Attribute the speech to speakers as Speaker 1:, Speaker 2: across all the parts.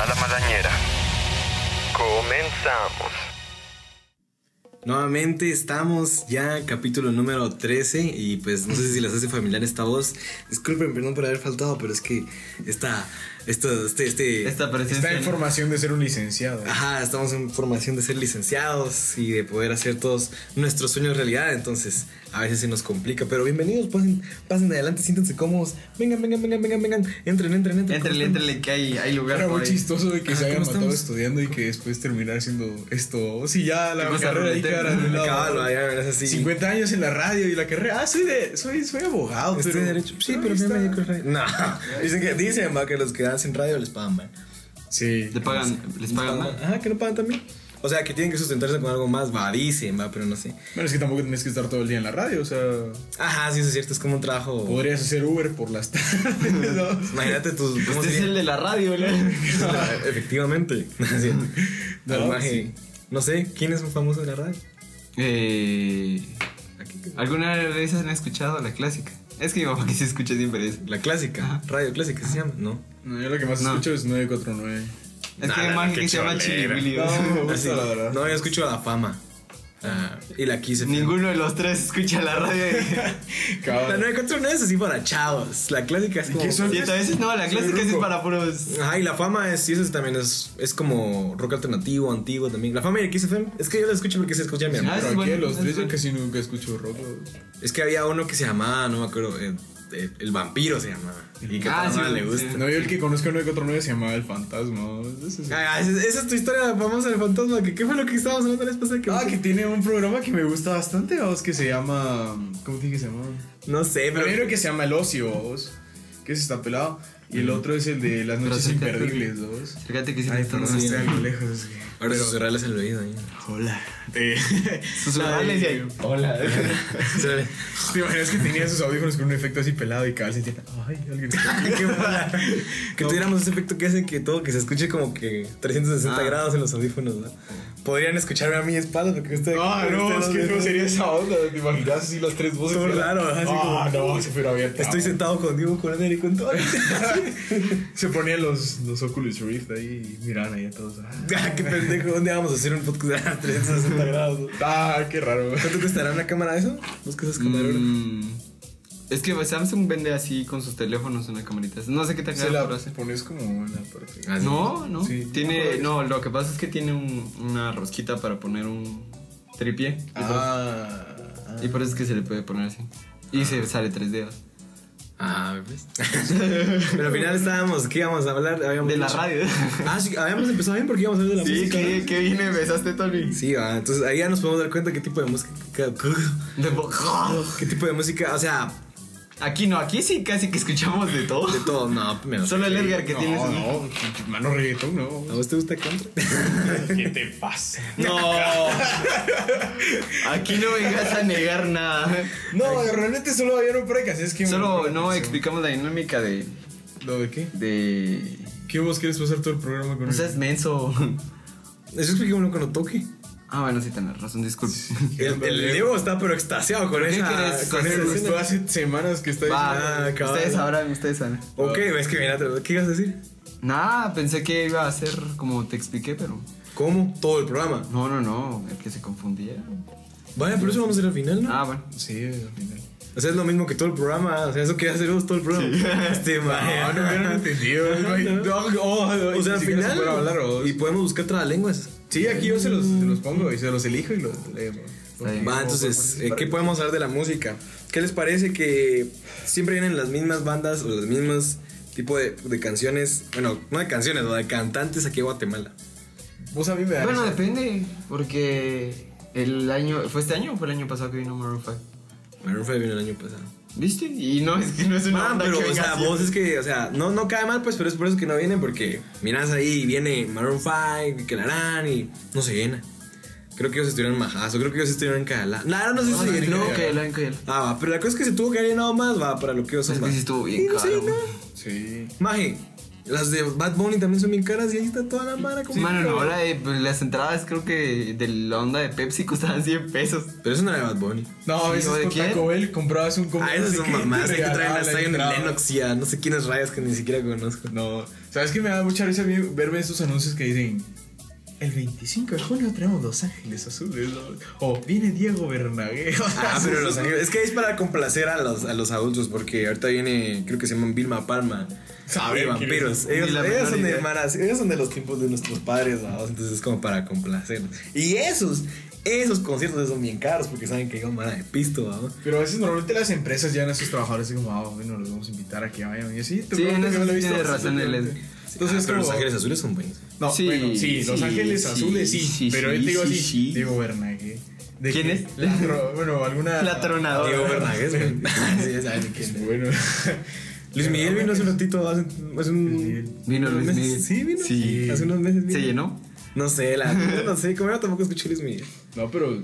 Speaker 1: a la Malañera. Comenzamos.
Speaker 2: Nuevamente estamos ya capítulo número 13 y pues no sé si les hace familiar esta voz. Disculpen, perdón por haber faltado, pero es que esta, esto, este, este...
Speaker 3: Esta
Speaker 4: Está
Speaker 3: presencia.
Speaker 4: en formación de ser un licenciado.
Speaker 2: Ajá, estamos en formación de ser licenciados y de poder hacer todos nuestros sueños realidad, entonces a veces se nos complica, pero bienvenidos, pasen, pasen adelante, siéntense cómodos, vengan, vengan, vengan, vengan, vengan, entren, entren, entren.
Speaker 3: Entrele,
Speaker 2: ¿cómo están?
Speaker 3: entrele, que hay, hay lugar
Speaker 4: Era
Speaker 3: por
Speaker 4: muy
Speaker 3: ahí.
Speaker 4: chistoso de que
Speaker 2: Ah,
Speaker 4: se hayan
Speaker 2: ¿cómo
Speaker 4: matado
Speaker 2: estamos?
Speaker 4: estudiando y que después terminar haciendo esto. Sí, ya la
Speaker 3: Cosa
Speaker 4: carrera ahí
Speaker 3: ruleta,
Speaker 4: quedara de lado.
Speaker 2: Acábalo, allá, es así.
Speaker 4: 50 años en la radio y la carrera. Ah, soy de. soy, soy abogado,
Speaker 2: Estoy
Speaker 4: pero-
Speaker 2: derecho. Sí, Ah, pero
Speaker 4: ahí
Speaker 2: me
Speaker 4: está.
Speaker 2: dedico al radio. No, dicen que dicen va, que los que hacen radio les pagan mal.
Speaker 4: Sí.
Speaker 3: Te pagan, les pagan mal.
Speaker 2: Ajá, que no pagan también. O sea, que tienen que sustentarse con algo más, va, dicen, va, pero no sé.
Speaker 4: Bueno, es que tampoco tienes que estar todo el día en la radio, o sea.
Speaker 2: Ajá, sí, eso es cierto, es como un trabajo.
Speaker 4: Podrías hacer Uber por las tardes, ¿no?
Speaker 2: Imagínate tus. ¿cómo
Speaker 3: Este es
Speaker 2: sería?
Speaker 3: el de la radio, ¿no?
Speaker 2: Efectivamente. Así.
Speaker 4: No,
Speaker 2: Salvaje.
Speaker 4: sí.
Speaker 2: No sé, ¿quién es un famoso de la radio?
Speaker 3: Eh, ¿Alguna vez han escuchado la clásica? Es que mi papá que se escucha siempre eso.
Speaker 2: La clásica,
Speaker 3: Ajá.
Speaker 2: radio clásica se llama, ¿no.
Speaker 4: No, yo lo que más
Speaker 3: No.
Speaker 4: escucho es 949.
Speaker 3: Es que
Speaker 2: Nah,
Speaker 3: hay un
Speaker 2: nah,
Speaker 3: maje
Speaker 2: qué
Speaker 3: que se llama Chili
Speaker 2: cholera.
Speaker 3: Willy.
Speaker 4: No, me
Speaker 2: Así.
Speaker 4: gusta, la verdad.
Speaker 2: No, yo escucho a la fama. Ah, y la quise.
Speaker 3: Ninguno de los tres escucha la radio.
Speaker 2: La
Speaker 4: Cabrón.
Speaker 2: 949 es así para chavos. La clásica es como.
Speaker 4: qué son?
Speaker 3: Y a veces no, la
Speaker 4: Soy
Speaker 3: clásica sí es
Speaker 4: ruco.
Speaker 3: para puros.
Speaker 2: Ajá, y la fama es, y eso también es, es como rock alternativo, antiguo también. La fama y el Kiss FM, es que yo la escucho porque se escucha a mi
Speaker 3: Ah,
Speaker 2: hermano.
Speaker 3: es
Speaker 4: Pero aquí
Speaker 3: bueno,
Speaker 4: de los
Speaker 3: es
Speaker 4: tres yo
Speaker 3: bueno.
Speaker 4: casi nunca escucho rock. güey.
Speaker 2: Es que había uno que se llamaba, no me acuerdo, eh, eh, el vampiro se llamaba. Y que
Speaker 3: Ah,
Speaker 2: a tu
Speaker 3: sí,
Speaker 2: hermana le
Speaker 3: sí.
Speaker 2: gusta.
Speaker 4: No, yo el que conozco en 949 se llamaba El Fantasma. Ese es-
Speaker 2: Ah, esa, esa es tu historia famosa del fantasma. Que, ¿Qué fue lo que estábamos hablando la vez pasada? Que
Speaker 4: Ah, que tiene un programa que me gusta bastante, vos, que se llama. ¿Cómo te dije que se llama?
Speaker 2: No sé,
Speaker 4: El
Speaker 2: pero.
Speaker 4: primero que se llama El Ocio, vos, que se está pelado. Y el otro Mm. es el de Las
Speaker 3: Pero
Speaker 4: Noches
Speaker 3: sí te-
Speaker 4: Imperdibles, vos.
Speaker 3: Fíjate que sí
Speaker 4: Ay,
Speaker 3: está
Speaker 4: perdón, este,
Speaker 3: haciendo.
Speaker 4: estoy algo lejos. es que-
Speaker 2: Ahora susurrales el oído ahí.
Speaker 4: Hola. Eh,
Speaker 3: Susurrarles
Speaker 4: la de-
Speaker 3: y ahí, hola.
Speaker 2: Susurrale.
Speaker 4: ¿Te imaginas que tenía sus audífonos con un efecto así pelado y cada vez sentía, Ay, alguien.
Speaker 2: Qué mala. Que tuviéramos ese efecto que hace que todo que se escuche como que 360
Speaker 3: Ah.
Speaker 2: grados en los audífonos, ¿no? Podrían escucharme a mi espalda porque estoy.
Speaker 4: Ah, no, es que no sería esa onda. ¿Te imaginas así las tres voces?
Speaker 2: Todo raro, así
Speaker 4: Ah,
Speaker 2: como-
Speaker 4: no, se fuera abierta.
Speaker 2: Estoy sentado con Diego, con Ander y con todo.
Speaker 4: Se ponían los, los Oculus Rift ahí y miraban ahí a todos. Ah,
Speaker 2: Ah, qué pendejo, ¿dónde vamos a hacer un podcast a 360 grados?
Speaker 4: Ah, qué raro.
Speaker 2: ¿Cuánto costará una cámara eso? Busca esas cámaras.
Speaker 3: Mm, Es que pues, Samsung vende así con sus teléfonos una camarita. No sé qué te
Speaker 4: Se
Speaker 3: acaba
Speaker 4: la
Speaker 3: por hacer.
Speaker 4: pones como en la parte.
Speaker 2: Ah, sí.
Speaker 3: No, no.
Speaker 4: Sí.
Speaker 3: Tiene, no, lo que pasa es que tiene un- una rosquita para poner un tripié. Y
Speaker 4: Ah. ah.
Speaker 3: por- Y por eso es que se le puede poner así. Y se sale tres dedos.
Speaker 2: Ah, ¿ves? Pero al final estábamos, ¿qué íbamos a hablar? Habíamos
Speaker 3: De la
Speaker 2: dicho-
Speaker 3: radio.
Speaker 2: Ah, sí, habíamos empezado bien porque íbamos a hablar de la
Speaker 3: Sí,
Speaker 2: música.
Speaker 3: que,
Speaker 2: ¿no?
Speaker 3: que bien empezaste, Tony.
Speaker 2: Sí, ah, entonces ahí ya nos podemos dar cuenta qué tipo de música. qué-
Speaker 3: De bo-
Speaker 2: ¿Qué tipo de música? O sea,
Speaker 3: Aquí no, aquí sí casi que escuchamos de todo.
Speaker 2: de todo, no, menos.
Speaker 3: Solo el Edgar que
Speaker 4: no,
Speaker 3: tiene su-
Speaker 4: no, mano reggaetón,
Speaker 2: ¿A
Speaker 4: no.
Speaker 2: vos te gusta Contra?
Speaker 4: ¿Qué te pasa?
Speaker 3: No. Aquí no vengas a negar nada.
Speaker 4: No, realmente solo había un break, así es que.
Speaker 3: Solo no
Speaker 4: explica.
Speaker 3: explicamos la dinámica de.
Speaker 4: ¿Lo de qué?
Speaker 3: de.
Speaker 4: ¿Qué vos quieres pasar todo el programa con
Speaker 3: No seas menso.
Speaker 2: Eso expliqué uno cuando toque.
Speaker 3: Ah, bueno, sí, tenés razón, disculpe.
Speaker 2: El, el Diego está pero extasiado con
Speaker 3: ¿Qué
Speaker 2: esa.
Speaker 3: quieres
Speaker 2: Con
Speaker 3: hacer?
Speaker 2: esa
Speaker 4: Pues tú
Speaker 2: escena.
Speaker 4: hace semanas que está
Speaker 3: Va,
Speaker 2: Ah, cabrón.
Speaker 3: ustedes sabrán, ustedes sabrán.
Speaker 2: Ok, es que mira, ¿qué ibas a decir?
Speaker 3: Nada, pensé que iba a ser como te expliqué, pero.
Speaker 2: ¿Cómo? Todo el programa.
Speaker 3: No, no, no, el que se confundía.
Speaker 2: Vaya, pero eso vamos a ir al final, ¿no?
Speaker 3: Ah, bueno.
Speaker 4: Sí, al final.
Speaker 2: O sea, es lo mismo que todo el programa. O sea, eso quería hacer vos todo el programa. Este,
Speaker 4: No,
Speaker 2: man.
Speaker 4: no hubieran entendido.
Speaker 2: No,
Speaker 4: No, no,
Speaker 2: O sea, al final. y podemos buscar trabalenguas.
Speaker 4: Sí, aquí yo se los, se los pongo y se los elijo y los leo.
Speaker 3: bien.
Speaker 2: Va, entonces, eh, ¿qué podemos hablar de la música? ¿Qué les parece que siempre vienen las mismas bandas o los mismos tipo de, de canciones? Bueno, no de canciones, o de cantantes aquí en Guatemala.
Speaker 4: Vos a mí me da.
Speaker 3: Bueno, depende, porque el año. ¿Fue este año o fue el año pasado que vino Maroon 5?
Speaker 2: Maroon 5 vino el año pasado.
Speaker 3: ¿Viste? Y no es que no es una
Speaker 2: Ah,
Speaker 3: banda
Speaker 2: pero,
Speaker 3: que
Speaker 2: o
Speaker 3: venga
Speaker 2: sea,
Speaker 3: así.
Speaker 2: vos es que, o sea, no, no cae mal, pues, pero es por eso que no vienen, porque miras ahí, viene Maroon 5, y que la harán, y no se llena. Creo que ellos estuvieron en Majazo, creo que ellos estuvieron en Cala. Claro, no sé
Speaker 3: No,
Speaker 2: si se
Speaker 3: no,
Speaker 2: llenó.
Speaker 3: no, que la- que la-
Speaker 2: Ah, va, pero la cosa es que se tuvo que haber llenado más, va, para lo que ellos
Speaker 3: Es
Speaker 2: son.
Speaker 3: que
Speaker 2: va.
Speaker 3: sí estuvo bien
Speaker 2: Y no se
Speaker 3: caro.
Speaker 2: llenó.
Speaker 4: Sí.
Speaker 2: Maje, Las de Bad Bunny también son bien caras y ahí está toda la mara. como-
Speaker 3: Mano, no, la de- pues, las entradas creo que de la onda de Pepsi costaban 100 pesos.
Speaker 2: Pero eso no era de Bad Bunny.
Speaker 4: No, a
Speaker 3: Sí,
Speaker 4: veces
Speaker 3: ¿o de
Speaker 4: con
Speaker 3: quién?
Speaker 4: Taco Bell comprabas un combo
Speaker 2: Ah, esas
Speaker 4: de
Speaker 2: son
Speaker 4: que te
Speaker 2: mamás. Hay que traer
Speaker 4: regalaban
Speaker 2: las
Speaker 4: la
Speaker 2: Zion
Speaker 4: entrada.
Speaker 2: Lennox y a no sé quiénes rayas que ni siquiera conozco.
Speaker 4: No, ¿sabes qué me da mucha risa a mí verme esos anuncios que dicen? El 25 de junio traemos Los Ángeles Azules. ¿no? O viene Diego Bernagué.
Speaker 2: Ah, pero Los Ángeles. Es que es para complacer a los, a los adultos, porque ahorita viene, creo que se llaman Vilma Palma.
Speaker 4: Saben
Speaker 2: Y
Speaker 4: quién
Speaker 2: vampiros.
Speaker 4: es.
Speaker 2: Ellos,
Speaker 3: Ni la
Speaker 2: ellos
Speaker 3: menor
Speaker 2: son de
Speaker 3: idea.
Speaker 2: maras, ellos son de los tiempos de nuestros padres, ¿no? entonces es como para complacernos. Y esos, esos conciertos son bien caros porque saben que yo mara de pisto, ¿no?
Speaker 4: Pero a veces normalmente las empresas llevan a sus trabajadores y como, ah, bueno, los vamos a invitar a que vayan. Y yo, sí, te
Speaker 3: Sí,
Speaker 4: prometo
Speaker 3: en
Speaker 4: que
Speaker 3: eso
Speaker 4: no lo he
Speaker 3: sí
Speaker 4: visto
Speaker 3: tienes razón,
Speaker 4: bastante.
Speaker 3: Elen.
Speaker 4: Entonces,
Speaker 2: Ah, pero Los
Speaker 4: como-
Speaker 2: Ángeles Azules son buenos.
Speaker 4: No,
Speaker 3: Sí,
Speaker 4: bueno, sí, Los
Speaker 3: sí,
Speaker 4: Ángeles
Speaker 3: sí,
Speaker 4: Azules sí,
Speaker 3: sí,
Speaker 4: pero
Speaker 3: sí,
Speaker 4: yo te digo
Speaker 3: sí,
Speaker 4: así,
Speaker 3: sí.
Speaker 4: Diego Bernagué. ¿De
Speaker 3: ¿Quién
Speaker 4: que
Speaker 3: es?
Speaker 4: la tro- bueno, alguna... pues,
Speaker 3: La tronadora.
Speaker 2: Diego Bernagués, güey. Ah, Sí, ya saben quién es.
Speaker 4: Bueno.
Speaker 2: Luis Miguel vino hace un ratito, hace, hace un...
Speaker 4: Luis Miguel.
Speaker 3: Vino
Speaker 2: unos
Speaker 3: Luis
Speaker 2: meses.
Speaker 3: Miguel.
Speaker 2: Sí, vino.
Speaker 3: Sí.
Speaker 2: Hace unos meses vino.
Speaker 3: ¿Se llenó?
Speaker 2: No sé, la no sé, como yo tampoco escuché Luis Miguel.
Speaker 4: No, pero...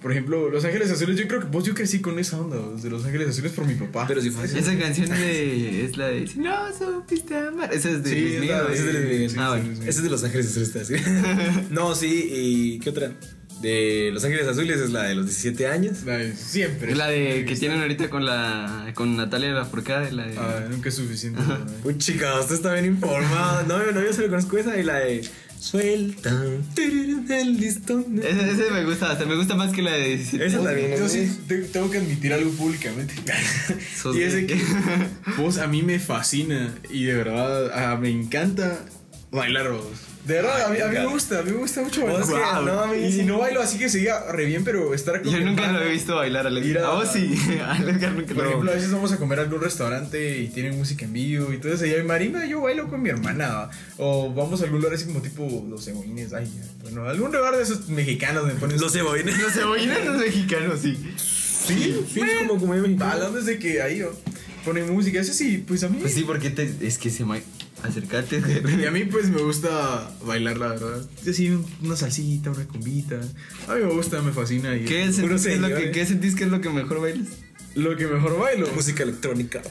Speaker 4: Por ejemplo, Los Ángeles Azules, yo creo que vos yo crecí con esa onda vos, de Los Ángeles Azules por mi papá.
Speaker 2: Pero si fue así.
Speaker 3: Esa canción de, es la de Si no supiste amar. Esa es de
Speaker 4: Sí,
Speaker 3: Luis
Speaker 4: es
Speaker 3: Miguel.
Speaker 4: la
Speaker 3: ¿no?
Speaker 4: de-
Speaker 2: Ese es de Luis Miguel.
Speaker 4: sí,
Speaker 3: Ah,
Speaker 4: sí,
Speaker 3: bueno.
Speaker 4: Luis Miguel.
Speaker 2: Ese es de Los Ángeles Azules. está así. no, sí, y ¿qué otra? De Los Ángeles Azules es la de los 17 años.
Speaker 4: La de siempre.
Speaker 3: Es la de que tienen ahorita con la con Natalia Lafourcade, la de
Speaker 4: Ah, nunca es suficiente. ¿no?
Speaker 2: Uy, chica, usted está bien informado. No, no, yo solo conozco esa y la de Suelta tiriririn, el listón.
Speaker 3: Ese, ese me gusta, hasta me gusta más que la de 17.
Speaker 2: Esa también
Speaker 4: Yo
Speaker 2: es.
Speaker 4: sí te- tengo que admitir algo públicamente.
Speaker 3: Sos
Speaker 4: y es de
Speaker 3: gay.
Speaker 4: que vos Pues, a mí me fascina y de verdad ah, me encanta bailar vos. De verdad, a mí, a mí me gusta, a mí me gusta mucho bailar.
Speaker 2: Vos que-
Speaker 4: Guau.
Speaker 2: no, a mí
Speaker 4: y
Speaker 2: sí.
Speaker 4: si no bailo así que siga re bien, pero estar con
Speaker 3: Yo
Speaker 4: mi
Speaker 3: nunca
Speaker 4: hermano-
Speaker 3: lo he visto bailar a
Speaker 4: Ir
Speaker 3: Edgar.
Speaker 4: a-
Speaker 3: A vos sí, a Edgar nunca
Speaker 4: Por
Speaker 3: lo
Speaker 4: ejemplo, a veces vamos a comer a algún restaurante y tienen música en vivo y todo eso. Y hay marimba, yo bailo con mi hermana. O vamos a algún lugar así como tipo los cebollines. Ay, bueno, algún lugar de esos mexicanos me ponen.
Speaker 2: Los ceboines.
Speaker 3: Los cebollines los mexicanos, sí.
Speaker 4: sí,
Speaker 2: Sí, es como comedia mexicana.
Speaker 4: Hablando desde que ahí ¿no? ponen música. Eso sí, pues a mí.
Speaker 3: Pues sí, porque te, es que se me... Acercate.
Speaker 4: Y a mí pues me gusta bailar, la verdad. Yo sí, una salsita, una cumbita. A mí me gusta, me fascina. Y
Speaker 3: ¿Qué,
Speaker 2: Puro
Speaker 3: sentís que es lo
Speaker 2: señor,
Speaker 3: que,
Speaker 2: eh.
Speaker 3: ¿Qué sentís que es lo que mejor bailas?
Speaker 4: Lo que mejor bailo.
Speaker 2: Música electrónica.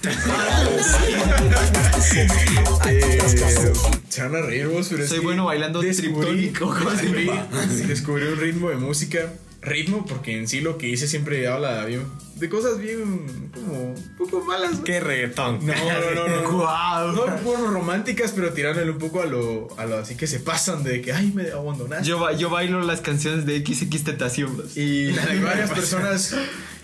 Speaker 4: Eh, se van a reír vos, pero es
Speaker 3: Soy
Speaker 4: que
Speaker 3: bueno bailando
Speaker 4: descubrí,
Speaker 3: triptónico, ¿cómo se
Speaker 4: descubrí,
Speaker 3: llama?
Speaker 4: descubrí un ritmo de música. Ritmo, porque en sí lo que hice siempre habla bien- de cosas bien, como, un poco malas. ¿no?
Speaker 2: Qué reggaetón.
Speaker 4: No, no, no, no, no.
Speaker 3: ¡Guau!
Speaker 4: No por románticas, pero tirándole un poco a lo, a lo así que se pasan de que, ay, me abandonaste.
Speaker 3: Yo, ba- yo bailo las canciones de XX Tentación. bro.
Speaker 4: Y hay varias personas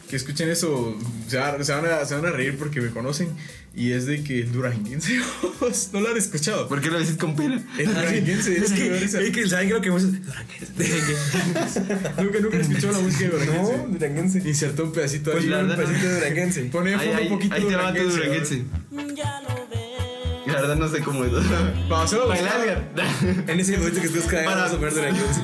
Speaker 4: que escuchen eso se, va- se van a, se van a reír porque me conocen. Y es de que el duranguense, vos no lo han escuchado.
Speaker 3: ¿Por qué lo dices con pena?
Speaker 4: El duranguense
Speaker 2: Es
Speaker 4: es que,
Speaker 2: que, es que saben que lo que hemos
Speaker 4: nunca, nunca he escuchado la música de duranguense.
Speaker 2: No, duranguense.
Speaker 4: Insertó un pedacito
Speaker 2: Pues
Speaker 4: ahí.
Speaker 2: la
Speaker 4: un
Speaker 2: verdad, no.
Speaker 4: pedacito de
Speaker 2: duranguense.
Speaker 4: duranguense. Pone de
Speaker 3: Ahí,
Speaker 4: fondo
Speaker 3: ahí-
Speaker 4: un poquito
Speaker 3: ahí te va tu duranguense.
Speaker 1: Mm, Ya lo ves.
Speaker 3: La verdad no sé cómo es.
Speaker 4: Vamos a
Speaker 3: Baila,
Speaker 4: bailar.
Speaker 3: Edgar.
Speaker 2: En ese momento que estás cagando,
Speaker 3: Para-
Speaker 2: vamos a ver duranguense.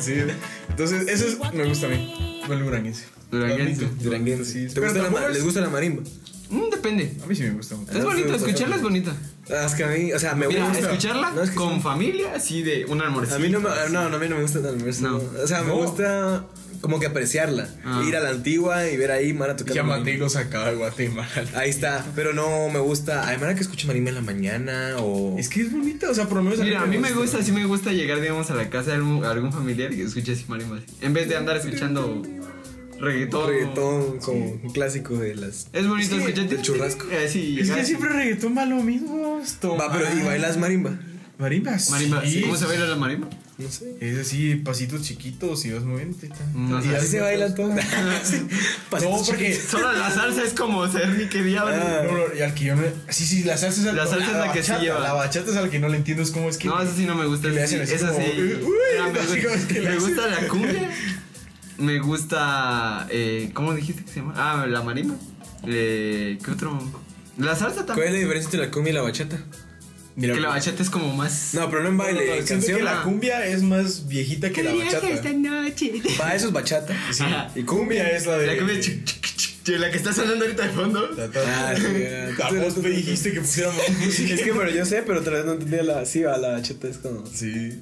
Speaker 4: Sí. Entonces, eso es- me gusta a mí. Bueno, el duranguense.
Speaker 3: Duranguense.
Speaker 4: Lo admito.
Speaker 2: Duranguense.
Speaker 4: Sí,
Speaker 2: ¿Te
Speaker 4: pero
Speaker 2: gusta la,
Speaker 4: tampoco
Speaker 2: ma-
Speaker 4: es-
Speaker 2: ¿Les gusta la marimba?
Speaker 3: Mm, Depende.
Speaker 4: A mí sí me gusta mucho.
Speaker 3: Es bonito, escucharla es bonito.
Speaker 2: Ah, Es que a mí, o sea, me
Speaker 3: Mira,
Speaker 2: gusta.
Speaker 3: escucharla
Speaker 2: No, es que
Speaker 3: con
Speaker 2: sí.
Speaker 3: familia, así de un almuerzo.
Speaker 2: A mí no me, no, no, a mí no me gusta tan verso.
Speaker 3: No.
Speaker 2: O sea, me
Speaker 4: No.
Speaker 2: gusta como que apreciarla.
Speaker 3: Ah.
Speaker 2: Ir a la antigua y ver ahí Mara tocar. la
Speaker 4: Llámate y
Speaker 2: marimba.
Speaker 4: lo sacaba de Guatemala.
Speaker 2: Ahí está, pero no me gusta. Hay Mara que escuche marimba en la mañana o.
Speaker 4: Es que es bonita, o sea, por lo menos
Speaker 3: Mira, a mí me gusta, sí me gusta llegar, digamos, a la casa de algún, algún familiar que escuche así marimba. En vez de andar escuchando reggaetón.
Speaker 2: reggaetón como un clásico de las.
Speaker 3: Es bonito
Speaker 4: Es que
Speaker 3: escuchar.
Speaker 2: el churrasco.
Speaker 3: Eh, sí,
Speaker 4: Es que
Speaker 3: llegar-
Speaker 4: siempre reggaetón va lo mismo. Toma.
Speaker 2: Va, pero y bailas marimba.
Speaker 4: Marimba, sí.
Speaker 3: Marimba. ¿Cómo se baila la marimba?
Speaker 2: No sé.
Speaker 4: Es así, pasitos chiquitos y vas moviéndote. tan.
Speaker 3: No
Speaker 2: Y
Speaker 3: sé.
Speaker 2: así se baila todo. Sí.
Speaker 4: No,
Speaker 2: Pasitos
Speaker 4: porque.
Speaker 2: chiquitos.
Speaker 3: Solo la salsa es como ser ni que diablo.
Speaker 2: Ah.
Speaker 4: No, no, y al que yo no. Sí, sí, la salsa es al-
Speaker 3: La salsa es la que sí
Speaker 4: bachata,
Speaker 3: lleva.
Speaker 4: La bachata es al que no le entiendo, es como es que.
Speaker 3: No, eso sí no me gusta.
Speaker 4: Y le
Speaker 3: Esa sí.
Speaker 4: hacen así
Speaker 3: esa
Speaker 4: como,
Speaker 3: sí.
Speaker 4: "Uy, uy",
Speaker 3: Ah, me
Speaker 4: así como
Speaker 3: gusta,
Speaker 4: que le
Speaker 3: me
Speaker 4: hacen.
Speaker 3: gusta la cumbia. Me gusta. Eh, ¿Cómo dijiste que se llama? Ah, la marimba. Eh, ¿Qué otro? La salsa
Speaker 2: ¿Cuál es
Speaker 3: también.
Speaker 2: la diferencia entre la cumbia y la bachata?
Speaker 4: Mira,
Speaker 3: que la bachata es como más.
Speaker 2: No, pero no en
Speaker 4: no, no, no,
Speaker 2: baile, en
Speaker 4: siento
Speaker 2: canción.
Speaker 4: que la cumbia es más viejita que la bachata.
Speaker 3: noche.
Speaker 2: Va, eso es bachata.
Speaker 4: Sí.
Speaker 3: Ajá.
Speaker 4: Y cumbia es la de.
Speaker 3: La cumbia. chic, chic, chic, chic, La que está sonando ahorita de fondo.
Speaker 4: Ta,
Speaker 2: Ah,
Speaker 4: ta,
Speaker 2: sí,
Speaker 4: ta.
Speaker 2: ya.
Speaker 4: Vos me dijiste que pusiéramos música.
Speaker 2: Es que, pero yo sé, pero tal vez no entendía la. Sí, va, la bachata es como.
Speaker 4: Sí.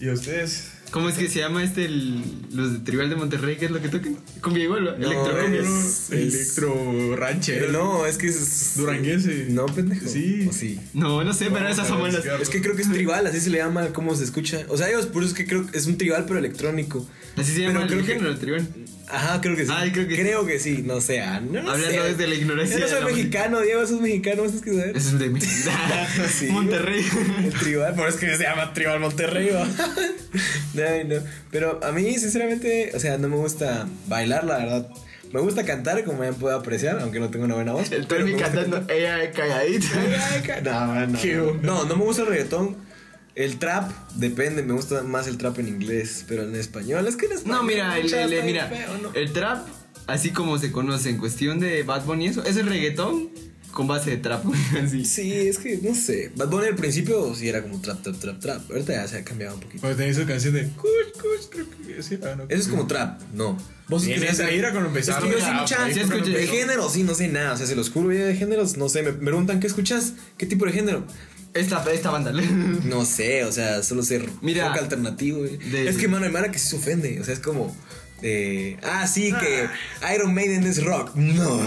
Speaker 4: ¿Y ustedes?
Speaker 3: ¿Cómo es que se llama este, el- los de Tribal de Monterrey? ¿Qué es lo que tocan? Cumbia igual, ¿va?
Speaker 2: No,
Speaker 3: electrocumbia.
Speaker 2: es-
Speaker 4: Electro ranchero.
Speaker 2: No, es que es.
Speaker 4: Duranguense.
Speaker 2: No, pendejo.
Speaker 4: Sí.
Speaker 2: O sí.
Speaker 3: No, no sé, pero
Speaker 4: Vamos
Speaker 3: esas
Speaker 4: a
Speaker 3: son buenas.
Speaker 4: buscar.
Speaker 2: Es que creo que es tribal, así se le llama, cómo se escucha. O sea, ellos por eso es que creo que es un tribal pero electrónico.
Speaker 3: Así se llama
Speaker 2: Pero
Speaker 3: el
Speaker 2: creo que-
Speaker 3: género, Tribal.
Speaker 2: Ajá, creo que sí.
Speaker 3: Ay, creo que sí.
Speaker 2: que sí, no sé. ah, No, no
Speaker 3: Hablando
Speaker 2: sé.
Speaker 3: desde la ignorancia
Speaker 2: Yo no
Speaker 3: de
Speaker 2: soy
Speaker 3: la
Speaker 2: mexicano, Diego, sos mexicano, eso es que saber.
Speaker 3: Eso es de mí.
Speaker 2: Sí.
Speaker 3: Monterrey.
Speaker 2: El tribal, por eso es que se llama Tribal Monterrey. ¿va? Ay, no. Pero a mí, sinceramente, o sea, no me gusta bailar, la verdad. Me gusta cantar, como ya puedo apreciar, aunque no tengo una buena voz.
Speaker 3: El
Speaker 2: pero me
Speaker 3: Tony
Speaker 2: gusta
Speaker 3: cantando, ella
Speaker 2: Ay,
Speaker 3: calladita.
Speaker 2: ay, ca- No, no,
Speaker 4: Qué
Speaker 2: no.
Speaker 4: onda.
Speaker 2: No, no me gusta el reggaetón. El trap, depende, me gusta más el trap en inglés, pero en español, es que en español
Speaker 3: No, mira, el,
Speaker 2: mucha
Speaker 3: el-
Speaker 2: está bien
Speaker 3: mira,
Speaker 2: feo, ¿no?
Speaker 3: el trap, así como se conoce en cuestión de Bad Bunny y eso, es el reggaetón con base de trap. así.
Speaker 2: Sí, es que no sé. Bad Bunny al principio sí era como trap, trap, trap, trap. Ahorita ya se ha cambiado un poquito.
Speaker 4: Cuando tenía esa canción de Cush, Cush, creo que sí, ah, no.
Speaker 2: Eso es como trap, no. Vos
Speaker 4: En
Speaker 2: escuchás-
Speaker 4: esa era cuando empezaron.
Speaker 2: Es que yo sí
Speaker 4: Ah,
Speaker 2: mucha-
Speaker 4: ahí
Speaker 3: sí
Speaker 4: fue cuando
Speaker 3: escuché.
Speaker 2: De
Speaker 4: empezó.
Speaker 2: género, sí, no sé nada. O sea, se los juro, yo de géneros, no sé. Me, me preguntan, ¿qué escuchas? ¿Qué tipo de género?
Speaker 3: Esta, esta banda.
Speaker 2: No sé, o sea, solo ser
Speaker 3: Mira,
Speaker 2: rock alternativo. güey.
Speaker 3: de-
Speaker 2: Es que mano de mara que sí se ofende. O sea, es como. eh, ah, sí, que Iron Maiden es rock. No.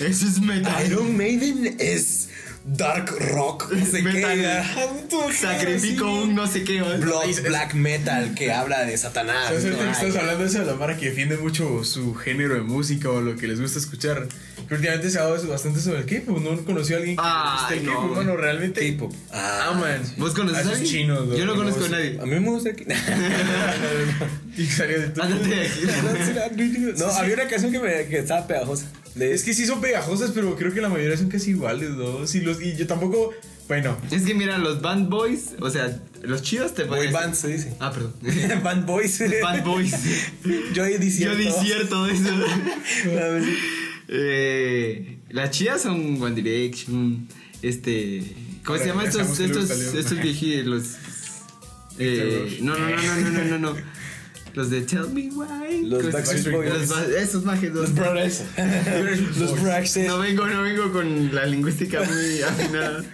Speaker 3: Eso es
Speaker 4: Ah.
Speaker 3: metal.
Speaker 2: Iron Maiden es dark rock. No sé
Speaker 3: Metal.
Speaker 2: qué. ajá, un género
Speaker 3: Sacrifico
Speaker 2: así.
Speaker 3: un no sé qué. ¿va?
Speaker 2: Blood black metal que habla de
Speaker 3: Ah,
Speaker 2: Satanás.
Speaker 4: Entonces,
Speaker 2: ¿no?
Speaker 4: ahorita que
Speaker 2: Ay,
Speaker 4: estás hablando de eso de la Mara que defiende mucho su género de música o lo que les gusta escuchar. Que últimamente se ha dado eso- bastante sobre el K-pop. No conocí a alguien que
Speaker 3: Ay,
Speaker 4: guste el
Speaker 3: no,
Speaker 4: K-pop. Bueno, realmente.
Speaker 2: K-pop. Ah,
Speaker 4: aman.
Speaker 3: ¿Vos conoces a
Speaker 4: esos
Speaker 3: alguien?
Speaker 4: chinos, Ah,
Speaker 3: Yo no
Speaker 4: güey.
Speaker 3: conozco a nadie.
Speaker 2: A mí me gusta que.
Speaker 4: Y salió de todo.
Speaker 3: Ándate de aquí.
Speaker 2: No, había una canción que, me, que estaba pegajosa. De-
Speaker 4: Es que sí son pegajosas, pero creo que la mayoría son casi iguales, ¿no? Sí, los, y yo tampoco. Bueno,
Speaker 3: Es que mira, los band boys, o sea, los chidos te
Speaker 2: Boy
Speaker 3: pueden.
Speaker 2: band se dice.
Speaker 3: Ah, perdón.
Speaker 2: Band Boys.
Speaker 3: band boys.
Speaker 2: Yo
Speaker 3: Yo
Speaker 2: disierto.
Speaker 3: disierto de eso. Eh, las chidas son One Direction. Este. ¿Cómo se llama
Speaker 4: Ya
Speaker 3: estos?
Speaker 4: sabemos que le
Speaker 3: Estos,
Speaker 4: gusta Leo.
Speaker 3: estos viejitos. Los. Eh,
Speaker 4: Victor
Speaker 3: no, no, no, no, no, no, no. no. Los de Tell Me Why.
Speaker 2: Los
Speaker 3: Cos-
Speaker 2: Backstreet Boys.
Speaker 3: los ba- esos majes. Los Brothers.
Speaker 2: Los Braxton,
Speaker 3: No vengo, no vengo con la lingüística muy afinada.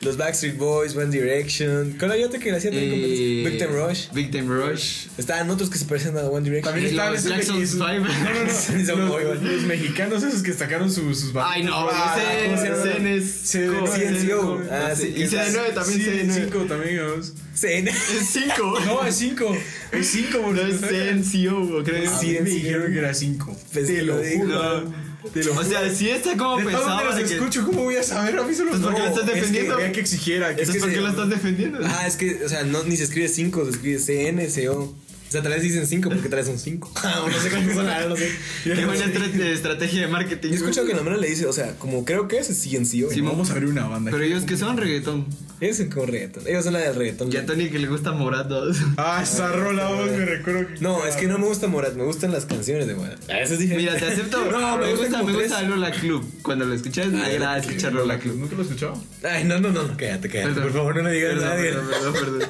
Speaker 2: los Backstreet Boys, One Direction. ¿Cuál hay otro que le hacía también competencia?
Speaker 3: Eh,
Speaker 2: Victim Rush.
Speaker 3: Big Time Rush.
Speaker 2: Estaban otros que se parecen a One Direction.
Speaker 4: también
Speaker 3: Y
Speaker 4: estaban
Speaker 3: los
Speaker 4: esos
Speaker 3: Jackson
Speaker 4: esos-
Speaker 3: Five.
Speaker 4: No, no,
Speaker 2: Sí, son
Speaker 4: no.
Speaker 2: muy
Speaker 4: Los,
Speaker 2: buenos.
Speaker 4: los mexicanos esos que sacaron sus, sus bandas.
Speaker 3: Ay, no,
Speaker 2: Ah, ¿cómo se
Speaker 3: ese
Speaker 2: llama?
Speaker 3: ese es.
Speaker 4: CNCO.
Speaker 2: Ah, sí, que
Speaker 3: Y CD9 también,
Speaker 4: Sí,
Speaker 3: CD9.
Speaker 4: cinco también, vamos.
Speaker 2: Sí.
Speaker 3: Es 5.
Speaker 4: No, es 5. Es 5,
Speaker 3: No
Speaker 4: boludo.
Speaker 3: es CNCO, creo.
Speaker 4: A
Speaker 2: Sí,
Speaker 4: mí me
Speaker 2: sí.
Speaker 4: dijeron que era 5.
Speaker 2: Pues,
Speaker 4: Te lo
Speaker 2: lo digo.
Speaker 4: juro. Te lo
Speaker 3: O
Speaker 4: juro.
Speaker 3: sea, si está como
Speaker 4: de todos
Speaker 3: pensaba
Speaker 4: los
Speaker 3: de que.
Speaker 4: escucho, ¿cómo voy a saber? A mí solo
Speaker 3: Pues, ¿por qué lo estás
Speaker 4: es que
Speaker 3: defendiendo?
Speaker 4: había que exigiera. que-
Speaker 2: Es
Speaker 3: Entonces,
Speaker 2: que
Speaker 3: ¿por qué
Speaker 2: se-
Speaker 3: lo estás defendiendo?
Speaker 2: Ah, es que, o sea, no, ni se escribe 5, se escribe CNCO. O sea, tal vez dicen 5 porque tal vez son 5. Ah, no sé cómo son, la verdad, no sé.
Speaker 3: Qué buena estra- estrategia de marketing.
Speaker 2: Yo escucho que la mano le dice, o sea, como creo que es es CNCO.
Speaker 3: Sí,
Speaker 2: ¿no?
Speaker 4: Vamos a abrir una banda.
Speaker 3: Pero ellos que son reggaetón.
Speaker 2: Ellos son como reggaetón. Ellos son la del reggaetón.
Speaker 3: Y a Tony que le gusta morado.
Speaker 4: Ah, esa rola, vos me recuerdo que.
Speaker 2: No, es que no me gusta Morat, me gustan las canciones de Morat. A veces dije.
Speaker 3: Mira, te acepto. Ah,
Speaker 2: No, me,
Speaker 3: me
Speaker 2: gustan
Speaker 3: gusta,
Speaker 2: como
Speaker 3: me
Speaker 2: tres.
Speaker 3: gusta Lola Club. Cuando lo escuchas, me agrada escuchar Lola Club.
Speaker 4: ¿Nunca lo he escuchado?
Speaker 2: Ay, no, no, no, cállate, cállate. Por favor, no le digas
Speaker 3: Perdón,
Speaker 2: a nadie.
Speaker 3: Perdón, perdón, perdón.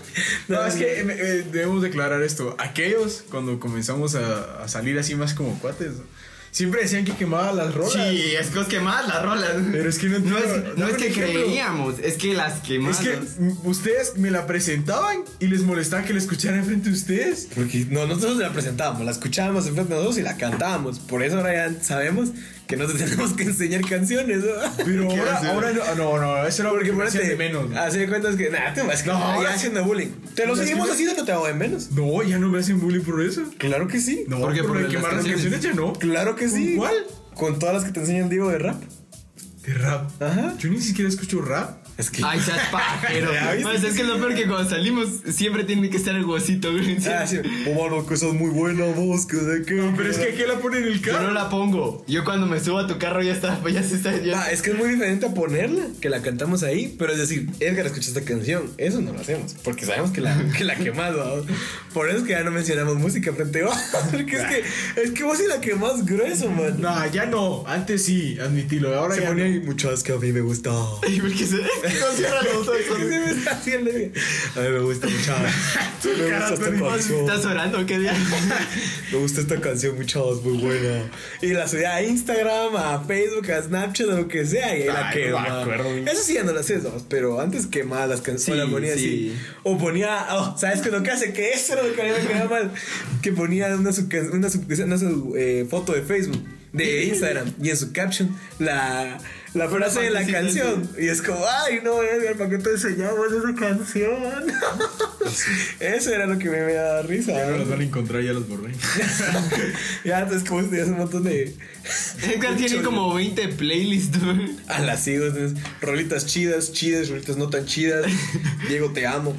Speaker 4: No, es que eh, eh, debemos declarar esto. Aquellos, cuando comenzamos a, a salir así más como cuates, ¿no? siempre decían que quemaba las rolas.
Speaker 3: Sí, es que los quemadas las rolas.
Speaker 4: Pero es que no
Speaker 3: No
Speaker 4: entiendo.
Speaker 3: es, no
Speaker 4: Dame
Speaker 3: es
Speaker 4: un
Speaker 3: que
Speaker 4: ejemplo.
Speaker 3: creíamos, es que las quemadas.
Speaker 4: Es que m- ustedes me la presentaban y les molestaba que la escuchara enfrente de ustedes.
Speaker 2: Porque no, nosotros la presentábamos, la escuchábamos enfrente de nosotros y la cantábamos. Por eso ahora ya sabemos que no te tenemos que enseñar canciones. ¿no?
Speaker 4: Pero
Speaker 3: ¿Qué
Speaker 4: ahora,
Speaker 3: hacer?
Speaker 4: ahora no, ah, no, no, eso era
Speaker 2: Porque
Speaker 4: me hacían
Speaker 2: ponete,
Speaker 4: de menos. ¿no?
Speaker 2: Hace de cuentas que, nada, te vas a
Speaker 4: No,
Speaker 2: no,
Speaker 4: ahora-
Speaker 2: haciendo bullying. Te lo
Speaker 4: Pero es
Speaker 2: seguimos
Speaker 4: que-
Speaker 2: haciendo, no te hago de menos.
Speaker 4: No, ya no me hacen bullying por eso.
Speaker 2: Claro que sí.
Speaker 4: No,
Speaker 3: ¿Por qué?
Speaker 4: por
Speaker 3: Por
Speaker 4: lo de
Speaker 3: las
Speaker 4: quemar las
Speaker 3: canciones.
Speaker 4: canciones ya no.
Speaker 2: Claro que sí.
Speaker 4: ¿Con cuál?
Speaker 2: Con todas las que te enseñan Diego de rap.
Speaker 4: De rap.
Speaker 2: Ajá.
Speaker 4: Yo ni siquiera escucho rap.
Speaker 2: Es que.
Speaker 3: Ay, seas pajero.
Speaker 2: Ya viste
Speaker 3: Pues
Speaker 2: que
Speaker 3: es que lo peor que cuando salimos siempre tiene que estar el huesito, güey.
Speaker 2: Ah, sí. Oh, mano, que sos muy buena vos, que de qué.
Speaker 4: Pero es que aquí la ponen en el
Speaker 3: Yo
Speaker 4: carro.
Speaker 3: no la pongo. Yo cuando me subo a tu carro ya está, pues ya se está. Ya.
Speaker 2: Ah, es que es muy diferente a ponerla, que la cantamos ahí, pero es decir, Edgar escucha esta canción, eso no lo hacemos, porque sabemos que la, que la quemás, ¿va? por eso es que ya no mencionamos música frente a vos, porque es que, es que vos sí la quemás grueso, man.
Speaker 4: No, ya no. Antes sí, admitilo. Ahora
Speaker 2: Se
Speaker 4: ya
Speaker 2: ponía
Speaker 4: no.
Speaker 2: ahí muchas que a mí me gusta.
Speaker 3: Y porque se-
Speaker 5: Son cierra los
Speaker 2: ¿Qué se
Speaker 5: ojos.
Speaker 2: me está haciendo? A mí me gusta mucho. Me
Speaker 4: cara,
Speaker 2: gusta esta
Speaker 4: Tony,
Speaker 2: canción.
Speaker 3: ¿Estás orando? ¿Qué día?
Speaker 2: Me gusta esta canción, muchachos, muy buena. Y la subí a Instagram, a Facebook, a Snapchat, a lo que sea, y ahí la
Speaker 4: Ay, no me
Speaker 2: quema.
Speaker 4: acuerdo.
Speaker 2: Eso sí ya no lo haces, vamos, pero antes quemaba las canciones,
Speaker 3: Sí,
Speaker 2: la ponía así.
Speaker 3: sí.
Speaker 2: O ponía, oh, ¿sabes qué es lo que hace? Que eso era lo que a mí me quedaba mal. Que ponía una, su, una, su- una su, eh, foto de Facebook, de Instagram, y en su caption, la. La frase de la
Speaker 3: partecita
Speaker 2: canción. Y es como, ay, no, Edgar, ¿para qué te enseñamos esa canción? Eso era lo que me, me daba risa.
Speaker 4: Ya no
Speaker 2: ¿no?
Speaker 4: los van a encontrar, ya los borré.
Speaker 2: ya, entonces, como tenías un montón de.
Speaker 3: Edgar tiene como 20 playlists, güey.
Speaker 2: A las sigo, entonces, rolitas chidas, chidas, rolitas no tan chidas. Diego, te amo.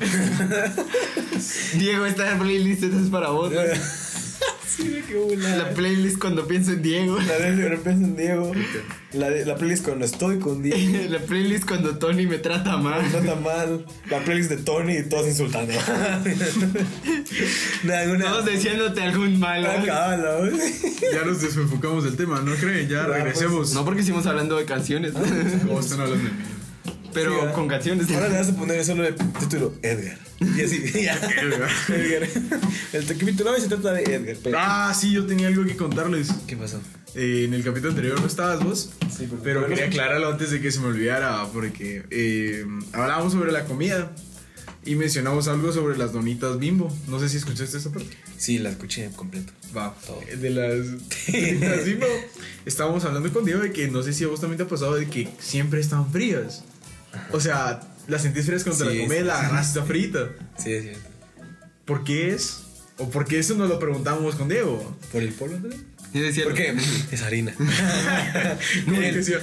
Speaker 3: Diego, esta playlist esta es para vos. güey.
Speaker 2: sí, de qué buena.
Speaker 3: La playlist cuando pienso en Diego.
Speaker 2: La de de repente en Diego. La, de- la playlist cuando estoy con Diego.
Speaker 3: La playlist cuando Tony me trata mal.
Speaker 2: No tan mal. La playlist de Tony y todos insultando. de alguna.
Speaker 3: Todos diciéndote algún mal.
Speaker 2: Ah,
Speaker 3: güey.
Speaker 2: cábala, güey.
Speaker 4: Ya nos desenfocamos del tema, ¿no creen? Ya
Speaker 2: Ya, pues.
Speaker 4: regresemos.
Speaker 3: No porque seguimos hablando de canciones,
Speaker 4: Oh, están hablando de mí.
Speaker 3: pero
Speaker 2: Sí, ah.
Speaker 3: con canciones.
Speaker 2: Ahora le vas a poner solo el título Edgar. Y así, ya.
Speaker 4: Edgar.
Speaker 2: Edgar. El capítulo 9 se trata de Edgar. pero-
Speaker 4: Ah, sí, yo tenía algo que contarles.
Speaker 2: ¿Qué pasó?
Speaker 4: Eh, en el capítulo anterior no estabas vos,
Speaker 2: Sí, pero-
Speaker 4: pero quería aclararlo antes de que se me olvidara, porque eh, hablábamos sobre la comida y mencionamos algo sobre las donitas bimbo. No sé si escuchaste esa parte.
Speaker 2: Sí, la escuché completo.
Speaker 4: Va,
Speaker 2: Todo.
Speaker 4: de las donitas bimbo. Estábamos hablando con Diego de que no sé si a vos también te ha pasado de que siempre están frías. O sea, las sentís frías cuando te
Speaker 2: Sí,
Speaker 4: la comes,
Speaker 2: sí,
Speaker 4: la agarras está frita.
Speaker 2: Sí, es cierto.
Speaker 4: ¿Por qué es? ¿O por qué eso nos lo preguntábamos con Diego?
Speaker 2: ¿Por el polvo, Andrés?
Speaker 3: Es decir,
Speaker 2: ¿Por qué? es harina.
Speaker 4: Como
Speaker 2: Nel,
Speaker 4: que decía,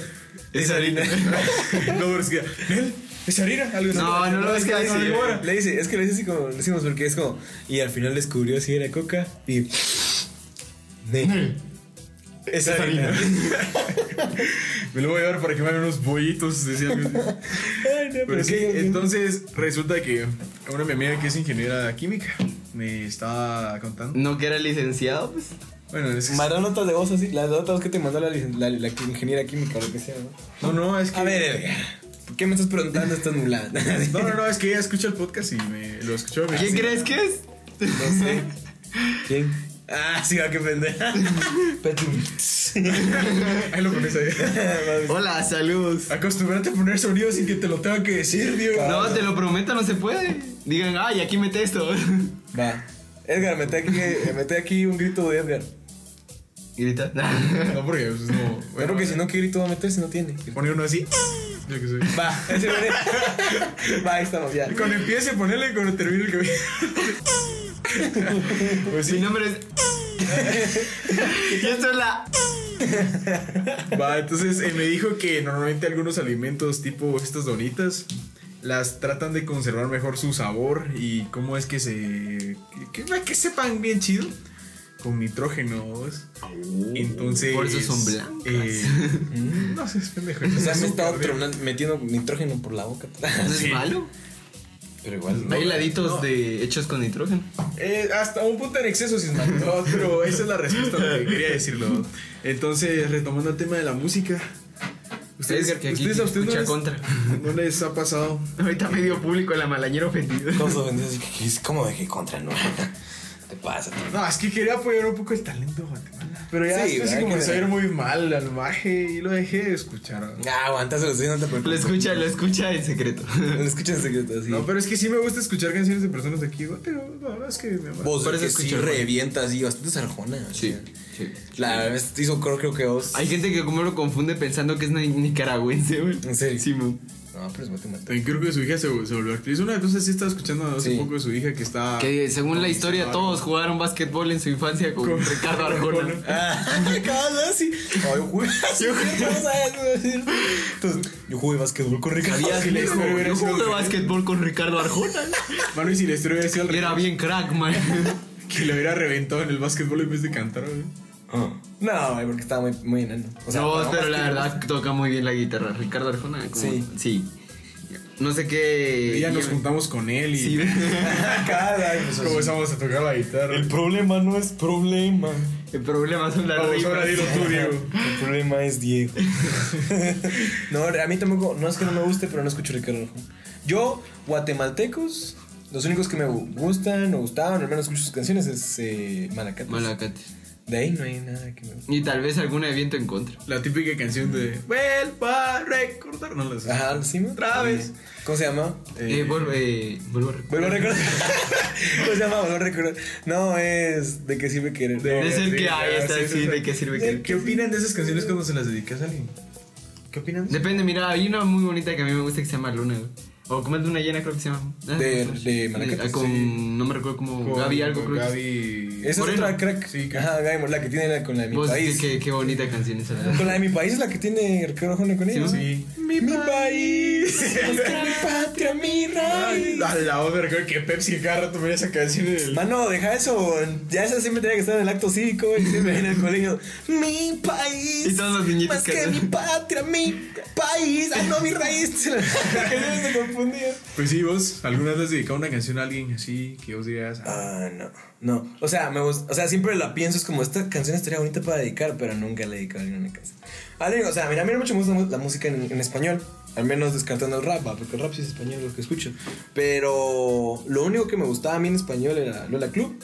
Speaker 2: es harina.
Speaker 4: no, pero es que, Nel, es harina. Algo así.
Speaker 3: No, no lo
Speaker 2: es que
Speaker 3: No,
Speaker 2: le
Speaker 3: no,
Speaker 2: dice,
Speaker 3: no, no, no.
Speaker 2: le dice, es que le dice así como le decimos porque es como y al final descubrió si era coca y ne. Es harina.
Speaker 4: Me lo voy a llevar para que me hagan unos bollitos. Decía algo así.
Speaker 2: Ay, no,
Speaker 4: Pero
Speaker 2: pero
Speaker 4: sí,
Speaker 2: qué-
Speaker 4: entonces resulta que una mi amiga que es ingeniera química me estaba contando.
Speaker 3: no que era licenciado, pues.
Speaker 4: Bueno, es que-
Speaker 2: Mandó notas de voz así, las notas que te mandó la, licen- la, la ingeniera química o lo que sea, ¿no?
Speaker 4: No, no, es que.
Speaker 2: A ver, Edgar, ¿por qué me estás preguntando? Estás nublada.
Speaker 4: No, no, no, es que ella escucha el podcast y me lo escuchó. me-
Speaker 3: ¿Quién
Speaker 4: Ah, sí.
Speaker 3: crees que es?
Speaker 2: No sé. ¿Quién? Ah, sí, va que pendeja. Petum.
Speaker 4: Ahí lo pones ahí.
Speaker 3: Hola, saludos.
Speaker 4: Acostúmbrate a poner sonido sin que te lo tenga que decir, Diego.
Speaker 3: No, te lo prometo, no se puede. Digan, ay, aquí mete esto.
Speaker 2: Va. Edgar, mete aquí, mete aquí un grito de Edgar.
Speaker 3: Grita.
Speaker 4: No, porque pues, no.
Speaker 2: Bueno,
Speaker 4: bueno,
Speaker 2: porque si no, ¿qué grito va a meter si no tiene?
Speaker 4: Pone uno así. Yo que sé.
Speaker 2: Va, ese viene. Va, ahí estamos ya.
Speaker 4: Cuando empiece, ponele y cuando termine el que Pues
Speaker 3: Mi
Speaker 4: sí,
Speaker 3: nombre es. y esto es la.
Speaker 4: va, entonces eh, me dijo que normalmente algunos alimentos tipo estas donitas las tratan de conservar mejor su sabor y cómo es que se... que, que- que sepan bien chido con nitrógenos. Entonces...
Speaker 3: Uh, Por eso son blancas.
Speaker 4: eh, no sé, es pendejo.
Speaker 2: O sea,
Speaker 4: Es
Speaker 2: me estaba
Speaker 4: azúcar, Diego.
Speaker 2: tronando- metiendo nitrógeno por la boca.
Speaker 3: ¿No es malo?
Speaker 2: Pero igual.
Speaker 3: Hay heladitos
Speaker 4: no.
Speaker 3: de, hechos con nitrógeno.
Speaker 4: Eh, hasta un punto en exceso, Sisman. No, pero esa es la respuesta a lo que quería decirlo. Entonces, retomando el tema de la música.
Speaker 3: Edgar, que aquí
Speaker 4: a ustedes
Speaker 3: escucha
Speaker 4: no les,
Speaker 3: contra.
Speaker 4: no les ha pasado.
Speaker 3: Ahorita medio público, la malañera ofendido.
Speaker 2: Todos ofendidos así que es como de que contra no. Te pasa.
Speaker 4: No, es que quería apoyar un poco el talento de Guatemala. Pero ya
Speaker 2: Sí,
Speaker 4: después
Speaker 2: ¿verdad?
Speaker 4: comenzó a
Speaker 2: Que-
Speaker 4: ir muy mal al maje y lo dejé de escuchar.
Speaker 2: Ah, aguantas los no te preocupes.
Speaker 3: Lo escucha, lo escucha en secreto.
Speaker 2: Lo escuchas en secreto así.
Speaker 4: No, pero es que sí me gusta escuchar canciones de personas de aquí, güey, pero no, es que me va.
Speaker 2: Vos
Speaker 3: Parece
Speaker 2: que sí
Speaker 3: escuchar, güey.
Speaker 2: revientas y bastante sarjona. o sea.
Speaker 3: sí.
Speaker 2: La vez hizo creo, creo que vos.
Speaker 3: Hay gente que como lo confunde pensando que es ni- nicaragüense, güey.
Speaker 2: ¿En serio?
Speaker 3: Sí, mo.
Speaker 2: No, pero es matemática.
Speaker 4: También creo que su hija se, se volvió actriz. Una vez, no sé si estaba escuchando hace
Speaker 2: Sí.
Speaker 4: poco de su hija que está.
Speaker 3: Que eh, según la historia todos jugaron básquetbol en su infancia con, Ricardo Arjona.
Speaker 2: Ah, acabas de decir. No, yo jugué. Yo jugué. Entonces, yo jugué básquetbol con Ricardo.
Speaker 3: Había
Speaker 4: sí,
Speaker 3: le
Speaker 4: sí,
Speaker 3: dijo,
Speaker 4: hubiera
Speaker 3: yo
Speaker 4: sido
Speaker 3: jugué
Speaker 4: bueno".
Speaker 3: básquetbol con Ricardo Arjona.
Speaker 4: Mano, y si le estuviera así al
Speaker 3: Y era bien crack, man.
Speaker 4: Que lo hubiera reventado en el básquetbol en vez de cantar, güey.
Speaker 2: No, güey, porque estaba muy, muy enano. O sea,
Speaker 3: no,
Speaker 2: para
Speaker 3: pero la
Speaker 2: básquetbol-
Speaker 3: verdad toca muy bien la guitarra. Ricardo Arjona. como-
Speaker 2: Sí.
Speaker 3: Sí. no sé qué.
Speaker 4: Y ya nos
Speaker 3: día-
Speaker 4: juntamos con él y
Speaker 3: Sí.
Speaker 2: Cada y nosotros-
Speaker 4: comenzamos a tocar la guitarra.
Speaker 2: El problema no es problema.
Speaker 3: El problema son las
Speaker 4: Vamos, ahora
Speaker 3: rimas.
Speaker 4: dilo tú, Diego.
Speaker 2: El problema es Diego. no, a mí tampoco, no es que no me guste, pero no escucho Ricardo Arjona. Yo, guatemaltecos, los únicos que me gustan o gustaban, al menos escucho sus canciones, es eh, Malacates.
Speaker 3: Malacate.
Speaker 2: De ahí no hay nada que me guste.
Speaker 3: Y tal vez algún evento en contra.
Speaker 4: La típica canción de Vuelvo a recordar. No la sé.
Speaker 2: Ajá, sí, ¿no?
Speaker 4: Otra vez.
Speaker 2: ¿Cómo se llama?
Speaker 3: Eh, vuelvo, eh, vuelvo a recordar.
Speaker 2: Vuelvo a recordar. ¿Cómo se llama? Vuelvo a recordar. No, es ¿De qué sirve querer?
Speaker 3: De ser que hay, está
Speaker 4: sí,
Speaker 3: así,
Speaker 4: sí,
Speaker 3: de
Speaker 4: sí.
Speaker 3: qué sirve
Speaker 2: De
Speaker 3: que.
Speaker 4: ¿Qué opinan de esas canciones cuando se las dedicas a alguien?
Speaker 2: ¿Qué opinan? De,
Speaker 3: Depende, mira, hay una muy bonita que a mí me gusta que se llama Luna, güey. O como es Luna Llena, creo que se llama. Ah,
Speaker 2: De-
Speaker 3: no sé.
Speaker 2: de Malacates,
Speaker 3: Ah, con, no me recuerdo como Gaby algo, creo que es.
Speaker 4: Gaby.
Speaker 2: Esa es
Speaker 3: Moreno.
Speaker 2: otra crack.
Speaker 4: Sí, que-
Speaker 2: Ajá, Gaimor, la que tiene la- con la de mi
Speaker 3: Vos, qué,
Speaker 2: país.
Speaker 3: qué, qué bonita canción esa.
Speaker 2: Con la de mi país es la que tiene Ricardo Arjona con ella.
Speaker 4: Sí.
Speaker 2: Mi, país, nuestra mi patria, mi
Speaker 4: Ay,
Speaker 2: raíz.
Speaker 4: A la otra, recuerdo que Pepsi cada rato ponía esa canción en el.
Speaker 2: Mano, deja eso. Ya esa siempre tenía que estar en el acto cívico y siempre en el colegio. Mi país.
Speaker 3: Y todos los niñitos
Speaker 2: Más que,
Speaker 3: que-
Speaker 2: mi patria, mi país. Ay, no, mi raíz. se confundía.
Speaker 4: Pues sí, vos, ¿alguna vez has dedicado una canción a alguien así que vos digas? ah,
Speaker 2: Ah, no. No. O sea, me gusta. O sea, siempre la pienso. Es como esta canción estaría bonita para dedicar, pero nunca la he dedicado a alguien en una canción. A alguien, o sea, mira, a mí no mucho me gusta mu- la música en, en español. Al menos descartando el rap, va, porque el rap sí es español lo que escucho. Pero lo único que me gustaba a mí en español era Lola Club.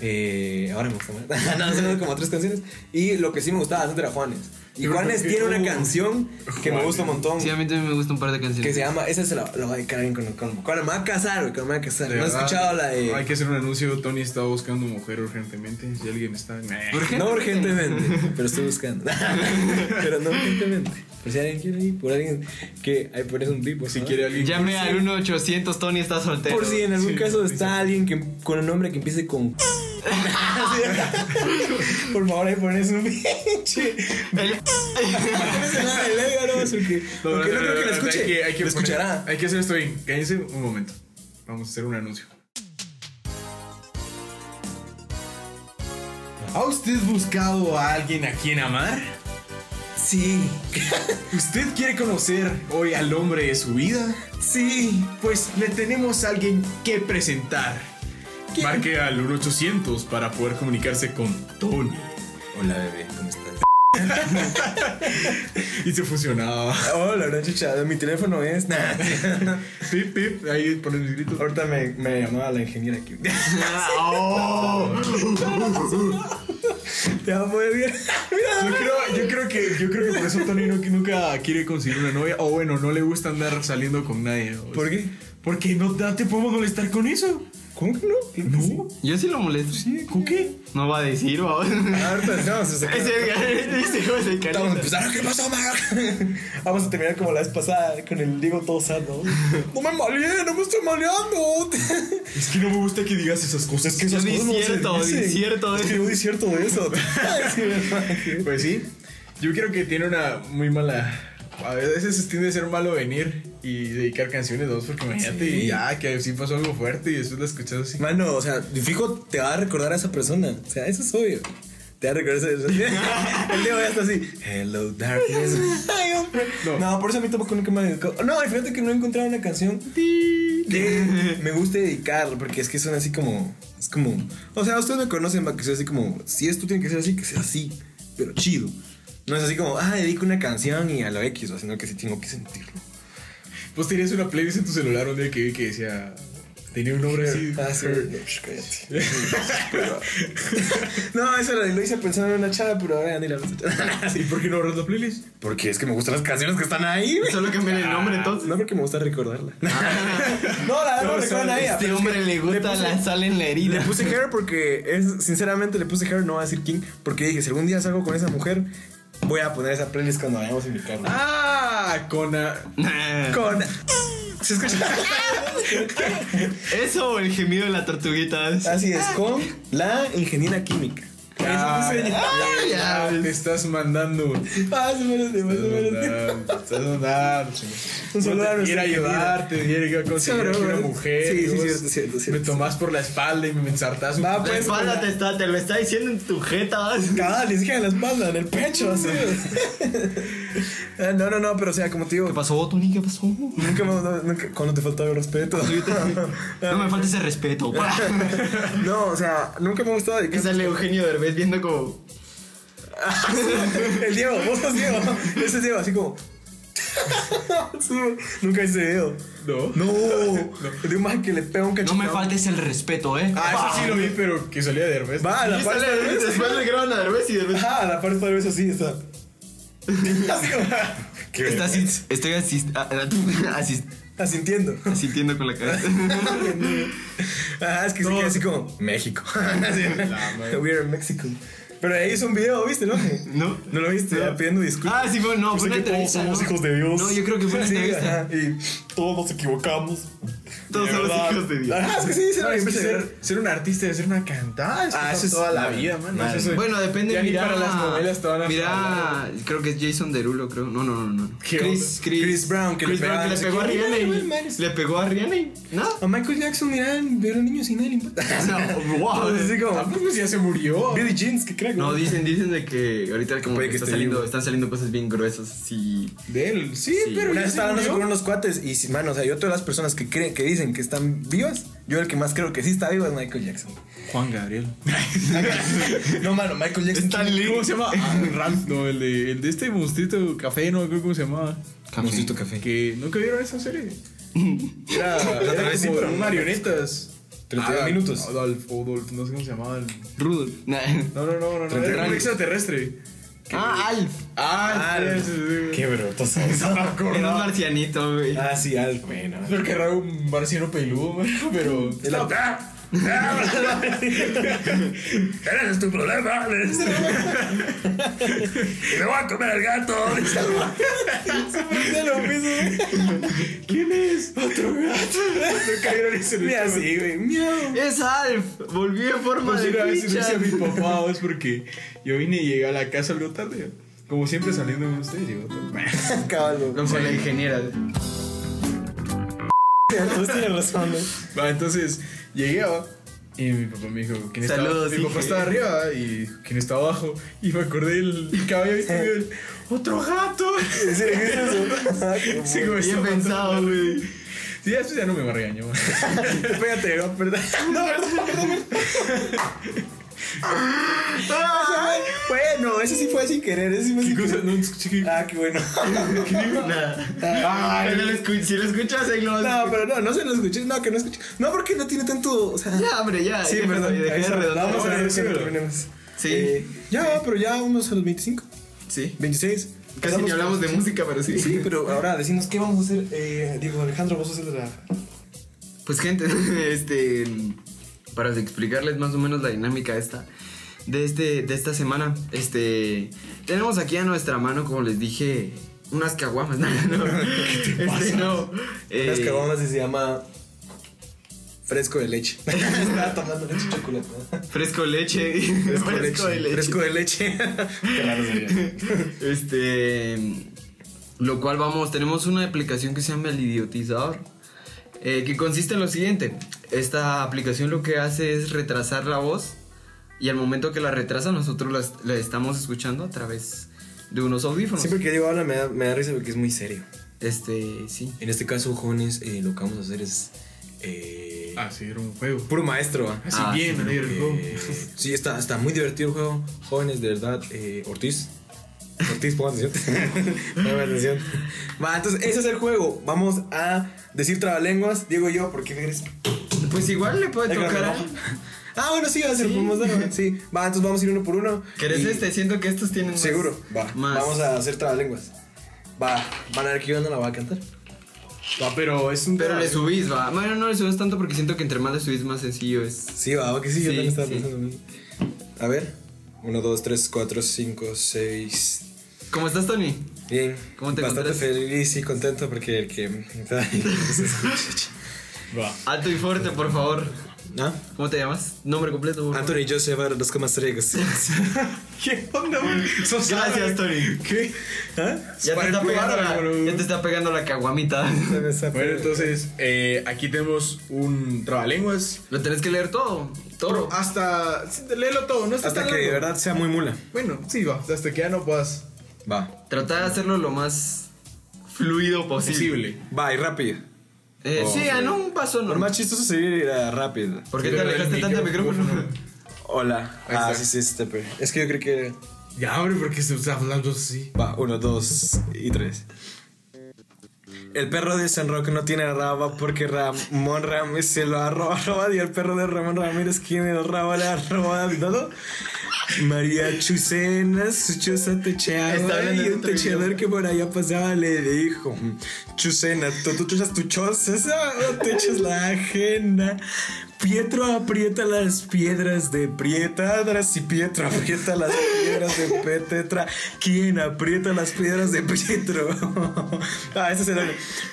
Speaker 2: Eh, ahora me gusta más. no, son como tres canciones. Y lo que sí me gustaba bastante era Juanes. Y
Speaker 4: Pero
Speaker 2: Juanes
Speaker 4: porque-
Speaker 2: tiene una
Speaker 4: uh,
Speaker 2: canción que me gusta un montón.
Speaker 3: Sí, a mí también me gusta un par de canciones.
Speaker 2: Que se llama, esa se la, la voy a dedicar a alguien con, con, con la me voy a casar, güey, con la me voy a casar.
Speaker 4: de
Speaker 2: No he
Speaker 4: verdad,
Speaker 2: escuchado la de.
Speaker 4: Hay que hacer un anuncio. Tony está buscando mujer urgentemente. Si alguien está. Nah.
Speaker 3: ¿Por qué?
Speaker 2: No urgentemente, pero estoy buscando. pero no urgentemente. Por si alguien quiere ir, por alguien que ahí pones un tipo.
Speaker 4: Si quiere alguien.
Speaker 3: Llame al 1800 Tony está soltero.
Speaker 2: Por si en algún caso está alguien que, con un nombre que empiece con. por favor, ahí pones un pinche.
Speaker 3: El-
Speaker 2: Porque
Speaker 4: No, no,
Speaker 2: porque no
Speaker 4: no,
Speaker 2: creo que
Speaker 4: no,
Speaker 2: lo
Speaker 4: no,
Speaker 2: escuche.
Speaker 4: Hay que, hay que
Speaker 2: Lo
Speaker 4: poner-
Speaker 2: escuchará.
Speaker 4: Hay que hacer esto bien. Cállense un momento. Vamos a hacer un anuncio. ¿Ha usted buscado a alguien a quien amar?
Speaker 2: Sí,
Speaker 4: ¿Usted quiere conocer hoy al hombre de su vida? Sí, pues le tenemos a alguien que presentar.
Speaker 2: ¿Quién?
Speaker 4: Marque al 1800 para poder comunicarse con Tony.
Speaker 2: Hola bebé, ¿cómo estás?
Speaker 4: Y se funcionaba.
Speaker 2: Hola, gran chuchada, mi teléfono es. Nah.
Speaker 4: Pip, pip, ahí ponen mis gritos.
Speaker 2: Ahorita me, me llamaba la ingeniera aquí.
Speaker 4: ¡Oh!
Speaker 2: Te va a poder ver. Mira,
Speaker 4: Yo creo, yo creo que yo creo que por eso Tony no- nunca quiere conseguir una novia o bueno, no le gusta andar saliendo con nadie. o
Speaker 2: ¿Por
Speaker 4: sea,
Speaker 2: qué?
Speaker 4: Porque no, no te podemos molestar con eso.
Speaker 2: ¿Cómo que no?
Speaker 4: No.
Speaker 3: Yo sí lo molesto.
Speaker 4: Sí, ¿con qué?
Speaker 3: No va a decir, vamos.
Speaker 2: Ahorita estamos a sacar-
Speaker 3: Ese ese hijo de
Speaker 2: Estamos a
Speaker 3: cariño.
Speaker 2: empezar. ¿Qué pasó, Maga? Vamos a terminar como la vez pasada con el Diego todo sano. No me maleé, no me estoy maleando.
Speaker 4: Es que no me gusta que digas esas cosas.
Speaker 2: que esas
Speaker 3: Yo di
Speaker 2: cosas no se
Speaker 3: cierto, di
Speaker 2: dicen.
Speaker 3: cierto
Speaker 2: Es
Speaker 3: de
Speaker 2: que
Speaker 3: eso.
Speaker 2: yo di cierto de eso. Sí, ¿verdad?
Speaker 4: eh. Pues sí. Yo creo que tiene una muy mala a veces tiende a ser malo venir y dedicar canciones dos porque imagínate
Speaker 2: Sí.
Speaker 4: ya que sí pasó algo fuerte y después la escuchas así.
Speaker 2: Mano, o sea, fijo, te va a recordar a esa persona. O sea, eso es obvio. Te va a recordar a esa persona. El Diego ya está así. Hello, darkness. Ay, hombre. No.
Speaker 4: No.
Speaker 2: por eso a mí tampoco nunca me ha dedicado. No, y fíjate que no he encontrado una canción que me guste dedicar, porque es que son así como. Es como. O sea, ustedes me conocen, va, que soy así como. Si esto tiene que ser así, que sea así, pero chido. No es así como, ah, dedico una canción y a lo X, o sino que sí tengo que sentirlo.
Speaker 4: Vos Pues tenías una playlist en tu celular un día que vi que decía tenía un nombre así.
Speaker 2: Ah, sí.
Speaker 4: Her.
Speaker 2: No, sh, cállate. Pero- no, eso lo, lo hice pensando en una chava, pero ahora ya ni la vas a echar.
Speaker 4: ¿Y por qué no borras la playlist?
Speaker 2: Porque es que me gustan las canciones que están ahí, güey.
Speaker 3: Solo cambié el nombre entonces.
Speaker 2: Ah, No porque me gusta recordarla. Ah. no, la verdad no,
Speaker 4: No,
Speaker 2: recuerdo a
Speaker 4: solo
Speaker 2: nadie.
Speaker 3: Este
Speaker 2: pero es
Speaker 3: hombre
Speaker 2: que
Speaker 3: le gusta
Speaker 2: puse-
Speaker 3: la sal en la
Speaker 2: Le
Speaker 3: herida.
Speaker 2: puse hair porque es, sinceramente le puse hair, no voy a decir quién, porque dije, si algún día salgo con esa mujer, voy a poner esa playlist cuando vayamos a invitarla.
Speaker 4: Ah, con ah,
Speaker 2: Con. ¿Se escucha?
Speaker 3: Eso o el gemido de la tortuguita.
Speaker 2: Así es, con la ingeniera química.
Speaker 4: Ah,
Speaker 2: Eso puse-
Speaker 3: Ah, ya.
Speaker 4: te estás mandando. Te
Speaker 2: Más o menos, más o
Speaker 4: estás
Speaker 2: menos.
Speaker 4: mandando, te estás mandando.
Speaker 2: Un saludo a
Speaker 4: Yo te
Speaker 2: nuestra
Speaker 4: Quiero ayudarte, quiero conseguir
Speaker 2: Saludos.
Speaker 4: una mujer.
Speaker 2: ¿eh? Sí, sí,
Speaker 4: y vos
Speaker 2: cierto, cierto, cierto.
Speaker 4: Me tomás por la espalda y me ensartás un
Speaker 2: Va,
Speaker 3: La
Speaker 2: pues.
Speaker 3: espalda
Speaker 2: con
Speaker 3: te,
Speaker 2: la-
Speaker 3: está, te lo está diciendo en tu jeta.
Speaker 2: Cabal, ni siquiera en la espalda, en el pecho, así. Ah, No, no, no, pero o sea, como te digo,
Speaker 3: ¿Qué pasó, Tony? ¿Qué pasó?
Speaker 2: nunca, me- no, nunca- cuando te faltaba el respeto.
Speaker 3: No me falta ese respeto.
Speaker 2: no, o sea, nunca me ha gustado
Speaker 3: Que
Speaker 2: dedicar-
Speaker 3: sale Eugenio Derbez viendo como.
Speaker 2: El Diego, vos sos Diego. Ese es Diego, así como. Sí, nunca hice video.
Speaker 4: No.
Speaker 2: No, de un man que le pega un
Speaker 3: No
Speaker 2: cachetón.
Speaker 3: me faltes el respeto, eh.
Speaker 4: Ah, eso sí lo vi, pero que salía de Herbes.
Speaker 2: Va, a la
Speaker 3: Y
Speaker 2: parte
Speaker 3: sale-
Speaker 2: de vez.
Speaker 3: Después le graban a Derbez y Derbez.
Speaker 2: Ah, a la parte de vez así está. Así como- Qué
Speaker 3: Está
Speaker 2: vergüenza.
Speaker 3: asis- estoy asis- a- a- asis-
Speaker 2: asintiendo.
Speaker 3: asintiendo con la cabeza.
Speaker 2: Ah, es que se
Speaker 4: No.
Speaker 2: queda así como México. Así.
Speaker 4: La madre.
Speaker 2: We are in Mexico. Pero ahí hizo un video, ¿viste, no?
Speaker 3: ¿No?
Speaker 2: ¿No lo viste? Ya pidiendo disculpas.
Speaker 3: Ah, sí, fue, no, fue
Speaker 2: Pues que
Speaker 3: una
Speaker 2: todos
Speaker 3: entrevista.
Speaker 2: somos
Speaker 3: ¿no?
Speaker 2: hijos de Dios.
Speaker 3: No, yo creo que fue una
Speaker 2: Sí,
Speaker 3: entrevista.
Speaker 2: ajá, Y todos nos equivocamos.
Speaker 3: Todos
Speaker 4: De
Speaker 3: somos
Speaker 4: verdad.
Speaker 3: hijos de Dios.
Speaker 2: Ah, es que sí, se
Speaker 4: No,
Speaker 2: lo
Speaker 4: es que
Speaker 2: empecé a ver.
Speaker 4: ser, ser un artista y ser una cantada es
Speaker 2: Ah,
Speaker 4: pasar
Speaker 2: eso es-
Speaker 4: toda la
Speaker 2: madre,
Speaker 4: vida, man.
Speaker 2: madre.
Speaker 4: Eso es-
Speaker 3: Bueno, depende.
Speaker 4: Ya ni
Speaker 3: mira,
Speaker 4: para las novelas te van a
Speaker 3: mira, creo que es Jason Derulo, creo. No, no, no, no.
Speaker 4: ¿Qué
Speaker 3: Chris, Chris,
Speaker 4: onda?
Speaker 2: Chris Brown, que le
Speaker 3: Chris Brown,
Speaker 2: pegaba
Speaker 3: que le
Speaker 2: no sé
Speaker 3: pegó a
Speaker 2: quién.
Speaker 3: Rihanna.
Speaker 2: Ay, güey,
Speaker 3: y-
Speaker 2: madre.
Speaker 3: Le pegó a Rihanna. y- No.
Speaker 2: A Michael Jackson, miran, vieron a niños y nadie le importa.
Speaker 3: No, wow.
Speaker 2: Así
Speaker 4: Ah,
Speaker 2: como,
Speaker 4: pues ya se murió.
Speaker 2: Billy Jeans, que crack.
Speaker 3: No,
Speaker 2: güey.
Speaker 3: dicen, dicen de que ahorita como
Speaker 2: Puede
Speaker 3: que
Speaker 2: que
Speaker 3: está
Speaker 2: esté
Speaker 3: saliendo,
Speaker 2: vivo.
Speaker 3: están saliendo cosas bien gruesas. Sí.
Speaker 4: De él, sí,
Speaker 3: Sí.
Speaker 4: pero
Speaker 2: Una
Speaker 4: ya
Speaker 2: vez
Speaker 4: se
Speaker 2: estaba hablando con
Speaker 4: murió.
Speaker 2: unos cuates y, man, o sea, yo todas las personas que creen, que dicen que están vivas, yo el que más creo que sí está vivo es Michael Jackson.
Speaker 4: Juan Gabriel.
Speaker 2: No, mano, Michael Jackson.
Speaker 4: ¿Cómo se llama? Ah, Ralph, no, el de, el de este monstruito café, no creo cómo se llamaba.
Speaker 2: Mosito café.
Speaker 4: Que nunca vieron esa serie. Era,
Speaker 2: La otra
Speaker 4: era
Speaker 2: vez sí,
Speaker 4: como
Speaker 2: pero no.
Speaker 4: marionetas.
Speaker 2: 32
Speaker 4: Ah,
Speaker 2: minutos.
Speaker 4: Adolfo, Adolfo, no sé cómo se llamaba. el-
Speaker 3: Rudolf. Nah.
Speaker 4: No, no, no, no, no.
Speaker 2: 32
Speaker 4: Era un
Speaker 2: años.
Speaker 4: extraterrestre.
Speaker 3: Ah, Alf.
Speaker 4: Ah,
Speaker 2: Alf.
Speaker 4: sí, sí, sí.
Speaker 2: Qué brotoso.
Speaker 3: Era un marcianito, güey.
Speaker 2: Ah, sí, Al. Bueno.
Speaker 4: Pero que raro un marciano peludo, man, pero.
Speaker 2: Es la- ah.
Speaker 4: ¡Ah!
Speaker 2: Eres tu problema. y me voy a comer al gato.
Speaker 4: ¿Quién es? Otro gato. No cayeron ese
Speaker 2: Mira, sí, güey. Miau.
Speaker 3: Es Alf. Volvió en forma
Speaker 4: Pues
Speaker 3: de
Speaker 4: una vez le
Speaker 3: ficha.
Speaker 4: decía a mi papá, "Oh, es porque yo vine y llegué a la casa algo tarde. Como siempre saliendo con ustedes, llegó tarde.
Speaker 2: Caballo.
Speaker 3: Con la ingeniera.
Speaker 2: Tú tienes razón, ¿eh? güey.
Speaker 4: Va, entonces llegué va, y mi papá me dijo, ¿quién está
Speaker 3: Saludos,
Speaker 4: Mi papá
Speaker 3: dije.
Speaker 4: estaba arriba y ¿quién está abajo? Y me acordé el, el que había visto el, otro gato.
Speaker 2: Sí, ¿qué es eso? Ah,
Speaker 4: Sí, como
Speaker 3: Bien
Speaker 4: estaba-
Speaker 3: pensado, güey.
Speaker 4: Sí, ya, pues, ya no me regañó. man.
Speaker 2: Espérate, no, perdón. No, perdón, perdón. Bueno, ese sí fue sin querer, ese sí fue sin
Speaker 4: ¿Qué cosa?
Speaker 2: querer.
Speaker 4: No escuché que-
Speaker 2: Ah, qué bueno.
Speaker 3: Ah, no lo escu- si lo escuchas, ahí lo vas a
Speaker 2: No, pero no, no se lo escuché. No, que no escuché. No, porque no tiene tanto. O sea,
Speaker 3: Ya, hombre, ya.
Speaker 2: sí,
Speaker 3: déjalo,
Speaker 2: perdón.
Speaker 3: dejé
Speaker 2: ahí está.
Speaker 3: redondear.
Speaker 2: Vamos a
Speaker 4: Ahora
Speaker 2: ver
Speaker 4: sí,
Speaker 2: si lo
Speaker 4: pero-
Speaker 2: terminamos.
Speaker 3: Sí.
Speaker 2: Eh, ya, pero ya vamos a los 25,
Speaker 3: Sí.
Speaker 2: 26.
Speaker 3: Casi ni
Speaker 2: Pasamos-
Speaker 3: hablamos de música, pero sí.
Speaker 2: Sí, pero ahora decinos qué vamos a hacer. Eh, Diego Alejandro, vos haces la.
Speaker 3: Pues gente, este para explicarles más o menos la dinámica esta de este de esta semana, este tenemos aquí a nuestra mano como les dije unas caguamas, no, no, este, no, eh,
Speaker 2: Las caguamas y se llama. Fresco de leche. Estaba tomando leche y chocolate.
Speaker 3: fresco leche, fresco, de leche,
Speaker 2: Fresco de leche. Qué raro sería.
Speaker 3: este lo cual vamos tenemos una aplicación que se llama el idiotizador eh, que consiste en lo siguiente esta aplicación lo que hace es retrasar la voz y al momento que la retrasa nosotros las- la, estamos escuchando a través de unos audífonos
Speaker 2: Siempre que Diego habla me da, me da risa porque es muy serio.
Speaker 3: este sí
Speaker 2: En este caso, jóvenes, eh, lo que vamos a hacer es. eh,
Speaker 4: Ah, sí, era un juego.
Speaker 2: Puro maestro. ¿va?
Speaker 4: Así
Speaker 3: Ah,
Speaker 4: bien,
Speaker 3: sí,
Speaker 4: alegre el juego.
Speaker 2: Eh, sí, está, está muy divertido el juego. Jóvenes, de verdad, eh, Ortiz. Ortiz, pongan atención. pongan atención. Va, entonces, ese es el juego. Vamos a decir trabalenguas, Diego y yo, porque eres.
Speaker 3: pues igual le puede
Speaker 2: Ya que
Speaker 3: tocar
Speaker 2: me
Speaker 3: a-
Speaker 2: enojo. Ah, bueno, sí, así lo podemos dar. ¿va? Sí, va, entonces vamos a ir uno por uno.
Speaker 3: ¿Querés
Speaker 2: Y-
Speaker 3: este? Siento que estos tienen más-
Speaker 2: Seguro, va.
Speaker 3: más-
Speaker 2: Vamos a hacer trabalenguas. Va, van a ver que yo no la voy a cantar.
Speaker 4: Va, pero es un.
Speaker 3: Pero le subís, va. Bueno, no le subes tanto porque siento que entre más le subís más sencillo es.
Speaker 2: Sí, va, va que sí, yo
Speaker 3: Sí,
Speaker 2: también estaba
Speaker 3: sí.
Speaker 2: pensando. en mí. A ver. 1, 2, 3, 4, 5, 6.
Speaker 3: ¿Cómo estás, Tony?
Speaker 2: Bien.
Speaker 3: ¿Cómo te
Speaker 2: Bastante
Speaker 3: encuentras?
Speaker 2: feliz y contento porque el que me está ahí, pues, escucha.
Speaker 4: Va.
Speaker 3: Alto y fuerte, por favor.
Speaker 2: ¿Ah?
Speaker 3: ¿Cómo te llamas? Nombre completo. por favor.
Speaker 2: Anthony Joseph los comas trigos.
Speaker 4: ¿Qué onda, man? Sos árabe.
Speaker 3: Gracias, Tony.
Speaker 4: ¿Qué?
Speaker 2: ¿Ah?
Speaker 3: Ya te,
Speaker 4: Para
Speaker 3: está
Speaker 4: el
Speaker 3: pegando
Speaker 4: árabe,
Speaker 3: la,
Speaker 4: boludo.
Speaker 3: ya te está pegando la caguamita.
Speaker 2: Se me está
Speaker 4: Bueno, entonces, eh, aquí tenemos un trabalenguas.
Speaker 3: Lo tenés que leer todo. Todo.
Speaker 4: Pero hasta. sí, Léelo todo, no está
Speaker 2: Hasta
Speaker 4: tan
Speaker 2: que de
Speaker 4: largo.
Speaker 2: verdad sea muy mula.
Speaker 4: Bueno, sí, va. Hasta que ya no puedas.
Speaker 2: Va.
Speaker 3: Trata de hacerlo lo más fluido posible.
Speaker 4: Posible.
Speaker 2: Va, y rápido.
Speaker 3: Eh,
Speaker 2: Oh,
Speaker 3: sí,
Speaker 2: sí.
Speaker 3: a no un paso
Speaker 2: Lo
Speaker 3: normal.
Speaker 2: más chistoso sería rápido.
Speaker 3: ¿Por qué
Speaker 4: Sí,
Speaker 3: te
Speaker 4: pero el
Speaker 3: alejaste tanto del micrófono?
Speaker 2: Hola.
Speaker 4: Ahí
Speaker 2: Ah,
Speaker 4: está.
Speaker 2: sí, sí, este, pero- Es que yo creo que.
Speaker 4: Ya, hombre, porque se está hablando así.
Speaker 2: Va, uno, dos y tres. El perro de San Roque no tiene raba porque Ramón Ramírez se lo ha roba- robado y el perro de Ramón Ramírez quien el rabo le ha robado todo. María Chucena, su chuza
Speaker 3: Está
Speaker 2: techeadora
Speaker 3: hablando
Speaker 2: y
Speaker 3: de
Speaker 2: un
Speaker 3: otro
Speaker 2: techeador
Speaker 3: idioma.
Speaker 2: que por allá pasaba le dijo Chucena, tú, tú chuzas tu choza, esa, no te echas la ajena Pietro aprieta las piedras de Prietadras y Pietro aprieta las piedras de Petetra ¿Quién aprieta las piedras de Pietro? ah, ese será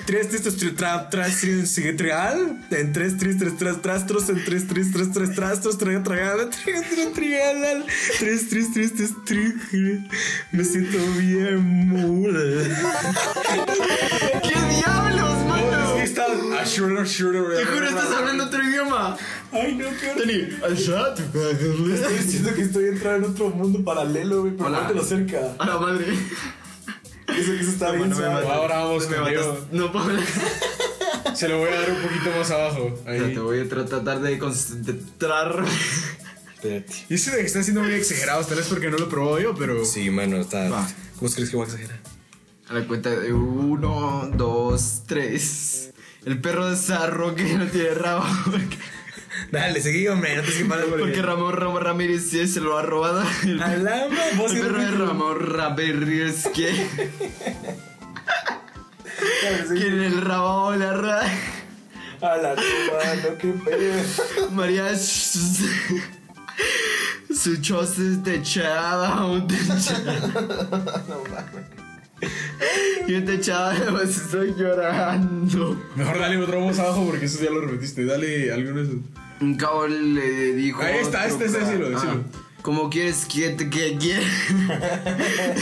Speaker 2: Tres tristes tri- tra- tras tris- sigue trial En tres tristes tras trastros En tres tristes tres trastros Traga tragada Tres tristes trial Tres tristes tristes tri- Me siento bien mula
Speaker 3: ¡Qué diablos, mano!
Speaker 4: Es que
Speaker 3: Ah,
Speaker 4: está. A shooter, shooter.
Speaker 3: Te juro, estás hablando otro idioma.
Speaker 2: Ay no, qué horror.
Speaker 3: Tony, al shot.
Speaker 2: Estoy diciendo que estoy entrando en otro mundo paralelo, güey, pero
Speaker 3: Hola.
Speaker 2: no te lo cerca.
Speaker 3: A la madre.
Speaker 2: Eso, eso está bien.
Speaker 3: me
Speaker 2: suave.
Speaker 3: mates.
Speaker 4: Ahora vamos
Speaker 3: Me
Speaker 4: con
Speaker 3: matas. No puedo hablar.
Speaker 4: Se lo voy a dar un poquito más abajo.
Speaker 3: O sea,
Speaker 4: Ahí.
Speaker 3: te voy a tratar de concentrar.
Speaker 2: Espérate.
Speaker 4: Y eso de que está siendo muy exagerado, tal vez porque no lo probó yo, pero.
Speaker 2: Sí, mano, está.
Speaker 3: Va.
Speaker 2: ¿Cómo crees que voy a exagerar?
Speaker 3: A la cuenta de uno, dos, tres. El perro de Sarro que no tiene rabo. Porque,
Speaker 2: Dale, seguí, hombre, no te esquipas
Speaker 3: porque Ramón, Ramón Ramírez sí se lo ha robado. Ah, El,
Speaker 2: Alama, vos
Speaker 3: el
Speaker 2: y
Speaker 3: perro de
Speaker 2: Ramón.
Speaker 3: Ramón Ramírez que. que en el rabo la ra.
Speaker 2: A la mano, qué pedo.
Speaker 3: María. Sh- Su choza es techada, un techado. Y un techado, pues estoy llorando.
Speaker 4: Mejor dale otro más abajo porque eso ya lo repetiste. Dale alguno de esos.
Speaker 3: Un cabo le dijo.
Speaker 4: Ahí está, este, este, decilo, decilo.
Speaker 3: Como quieres que te que quiera.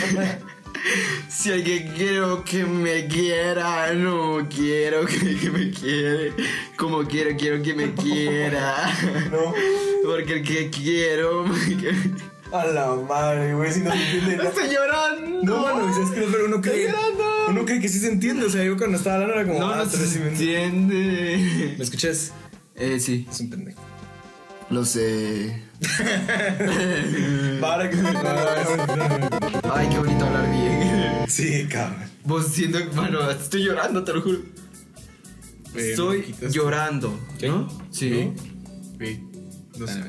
Speaker 3: si el que quiero que me quiera, no quiero que, que me quiere. Como quiero, quiero que me quiera.
Speaker 2: No.
Speaker 3: Porque el que quiero. me que-
Speaker 2: A la madre, güey, si no se entiende nada.
Speaker 3: Estoy llorando.
Speaker 2: No, mano, es que no, pero uno cree.
Speaker 3: llorando.
Speaker 2: Uno cree que sí se entiende. O sea, yo cuando estaba hablando era como.
Speaker 3: No,
Speaker 2: ah,
Speaker 3: no
Speaker 2: pero sí
Speaker 3: se
Speaker 2: me-
Speaker 3: entiende.
Speaker 2: ¿Me escuchas?
Speaker 3: Eh, sí,
Speaker 2: Es un pendejo.
Speaker 3: lo sé.
Speaker 2: Para que se
Speaker 3: Ay, qué bonito hablar bien.
Speaker 2: Sí, cabrón.
Speaker 3: Vos siendo, bueno, estoy llorando, te lo juro.
Speaker 4: Eh,
Speaker 3: estoy
Speaker 4: quitas-
Speaker 3: llorando.
Speaker 2: ¿Sí?
Speaker 3: ¿No? Sí.
Speaker 4: Sí. No sé.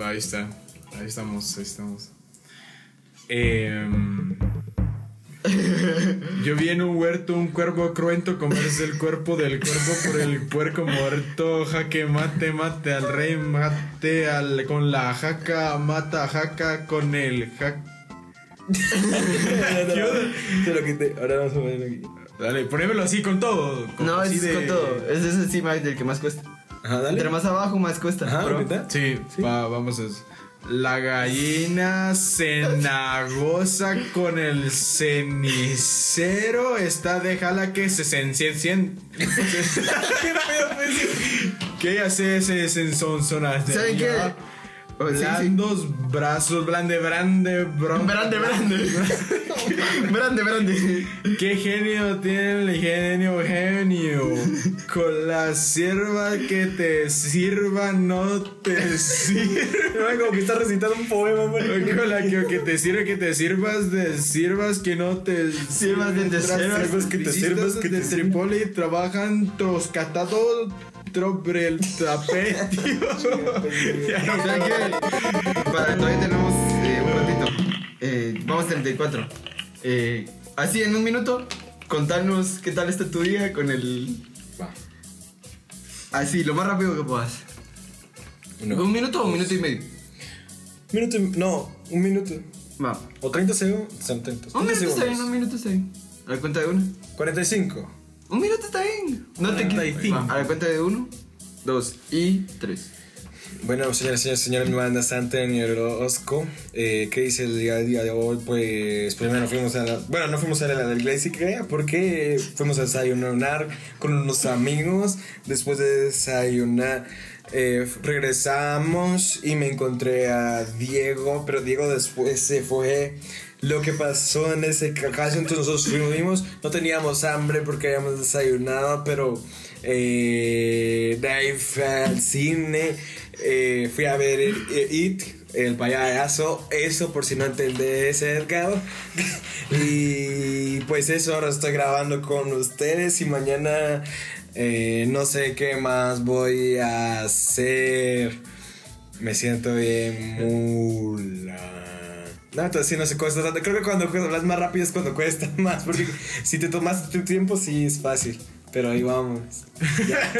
Speaker 4: Va, ahí está. Ahí estamos, ahí estamos. Em, yo vi en un huerto un cuervo cruento comerse el cuerpo del cuervo por el puerco muerto. Jaque mate, mate al rey, mate al, con la jaca, mata jaca con el jaca.
Speaker 2: Te lo quité. Ahora vamos a ponerlo aquí.
Speaker 4: Dale, ponémelo así con todo. con-
Speaker 3: No,
Speaker 4: así
Speaker 3: es
Speaker 4: de-
Speaker 3: con todo. Es ese sí, más del que más cuesta.
Speaker 2: Ajá,
Speaker 3: Entre
Speaker 2: dale.
Speaker 3: más abajo, más cuesta.
Speaker 2: Ajá,
Speaker 3: bro.
Speaker 2: ahorita.
Speaker 4: Sí, va, vamos a eso. La gallina cenagosa con el cenicero está déjala que se encien. ¿Qué hace ese sonsona?
Speaker 3: pues. ¿Saben qué? Oh, sí, sí.
Speaker 4: Blandos brazos, blande, blande, bron-
Speaker 3: Grande, grande. grande, grande.
Speaker 4: ¿Qué genio tiene el genio genio? Con la sierva que te sirva, no te sirva.
Speaker 2: Como que está recitando un poema, güey.
Speaker 4: Con la que, que te sirve, que te sirvas, de sirvas, que no te
Speaker 3: Sirvas de- de-
Speaker 2: sirvas, que te sirvas, que
Speaker 4: de
Speaker 2: te sirvas.
Speaker 4: Tripoli trabajan troscatados sobre el tapete.
Speaker 3: ¿Saben qué? Para, todavía tenemos eh, un ratito. Eh, vamos 34. Eh, así, en un minuto, contanos qué tal está tu día con el.
Speaker 2: Va.
Speaker 3: Así, lo más rápido que puedas. ¿Un minuto o un minuto y medio?
Speaker 2: Minuto, y- no, un minuto.
Speaker 3: Va.
Speaker 2: O 30 segundos. 30
Speaker 3: Un minuto está bien, un
Speaker 2: segundos.
Speaker 3: minuto está bien. A la cuenta de uno.
Speaker 2: 45.
Speaker 3: Un minuto está bien. No te quites.
Speaker 2: 45.
Speaker 3: Va, A la cuenta de uno, dos y tres.
Speaker 2: Bueno, señores, señores, señores, mi banda Santa en el Orozco. Eh, ¿Qué dice el día, el día de hoy? Pues primero fuimos a la. Bueno, no fuimos a la de la iglesia, creo, porque fuimos a desayunar con unos amigos. Después de desayunar, Eh, regresamos y me encontré a Diego, pero Diego después se fue. Lo que pasó en ese ca- caso, entonces nosotros fuimos, no teníamos hambre porque habíamos desayunado, pero eh, de ahí fui al cine, eh, fui a ver el- el It, el payaso, eso por si no entendés, Edgar. y pues eso, ahora estoy grabando con ustedes y mañana eh, no sé qué más voy a hacer. Me siento bien mula. No, entonces sí, no se cuesta tanto. Creo que cuando cu- hablas más rápido es cuando cuesta más. Porque si te tomas tu tiempo, sí es fácil. Pero ahí vamos.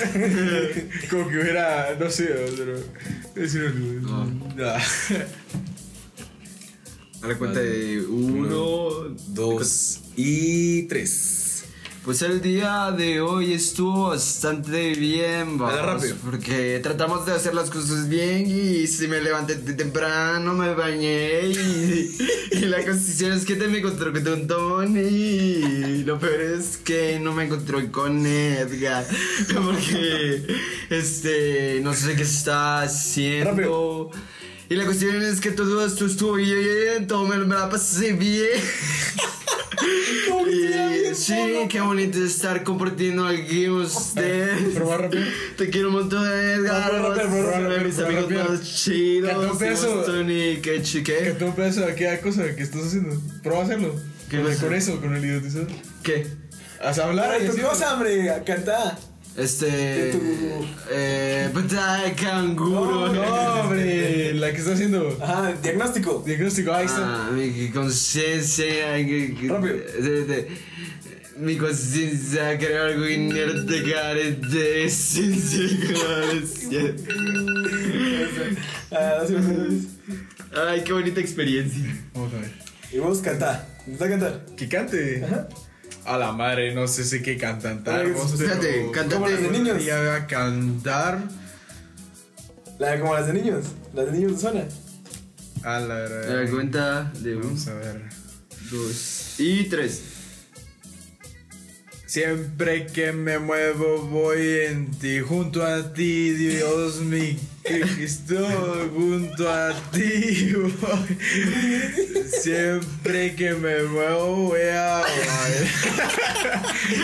Speaker 4: Como que hubiera, no sé, pero. Es un-
Speaker 3: No.
Speaker 4: Ah.
Speaker 3: A la cuenta de uno,
Speaker 6: Dos y tres.
Speaker 3: Pues el día de hoy estuvo bastante bien, vamos,
Speaker 6: rápido.
Speaker 3: porque tratamos de hacer las cosas bien y si me levanté te- temprano, me bañé y, y la constitución es que te me encontró con Tontón y lo peor es que no me encontró con Edgar, porque este, no sé qué está haciendo. Y la cuestión es que todo esto estuvo bien, todo me, me la pasé bien. Y sí, qué bonito estar compartiendo aquí con ustedes.
Speaker 4: Pero más rápido.
Speaker 3: Te quiero un montón, Edgar.
Speaker 4: Pero, pero, pero,
Speaker 3: vas a ser
Speaker 4: pero,
Speaker 3: de mis
Speaker 4: pero,
Speaker 3: amigos
Speaker 4: pero,
Speaker 3: más
Speaker 4: pero,
Speaker 3: chidos.
Speaker 4: que no
Speaker 3: Somos
Speaker 4: peso.
Speaker 3: Tony, qué
Speaker 4: Que
Speaker 3: chique.
Speaker 4: tú peso aquí a cosa que estás haciendo. Prueba a hacerlo.
Speaker 3: ¿Qué
Speaker 4: Con,
Speaker 3: cosa?
Speaker 4: con eso, con el idiotizador.
Speaker 3: ¿Qué?
Speaker 4: Haz hablar y así.
Speaker 2: hambre! ¡Cantá!
Speaker 3: Este. Eh. puta, canguro.
Speaker 4: No, hombre, la que está haciendo.
Speaker 2: Ajá, diagnóstico.
Speaker 4: Diagnóstico, ahí está.
Speaker 3: Ah, mi eh, conciencia. que- que-
Speaker 2: Rápido.
Speaker 3: de- de- Mi conciencia crea algo inerte, carente, esencia, conciencia.
Speaker 2: Ah, sí, sí, sí.
Speaker 3: Ay, qué bonita experiencia.
Speaker 4: Vamos a ver.
Speaker 2: y vos cantá. Intenta cantar.
Speaker 4: Que cante. A la madre, no sé si qué cantan.
Speaker 2: Ay,
Speaker 3: espérate, cantate.
Speaker 4: Como
Speaker 2: Como los de niños.
Speaker 4: Y a cantar.
Speaker 2: La, como las de niños. Las de niños de zona.
Speaker 4: A la
Speaker 3: A la cuenta de un,
Speaker 4: Vamos a ver.
Speaker 3: dos y tres.
Speaker 4: Siempre que me muevo voy en ti, junto a ti, Dios mi Cristo, junto a ti voy. Siempre que me muevo voy a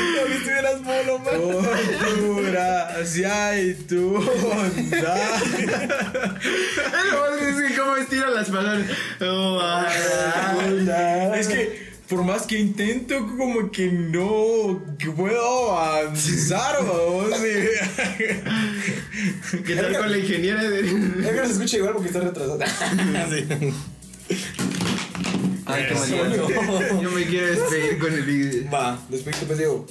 Speaker 4: bailar. Con tu gracia y tu bondad.
Speaker 3: Es que cómo estiran las palabras. Oh, ah.
Speaker 4: Es que por más que intento, como que no que puedo avanzar, vamos.
Speaker 3: ¿Qué tal con la ingeniera de.?
Speaker 2: Edgar se escucha igual porque está retrasado.
Speaker 3: Ay, qué maldito. Yo me quiero despedir con el video.
Speaker 2: Va, después te Diego.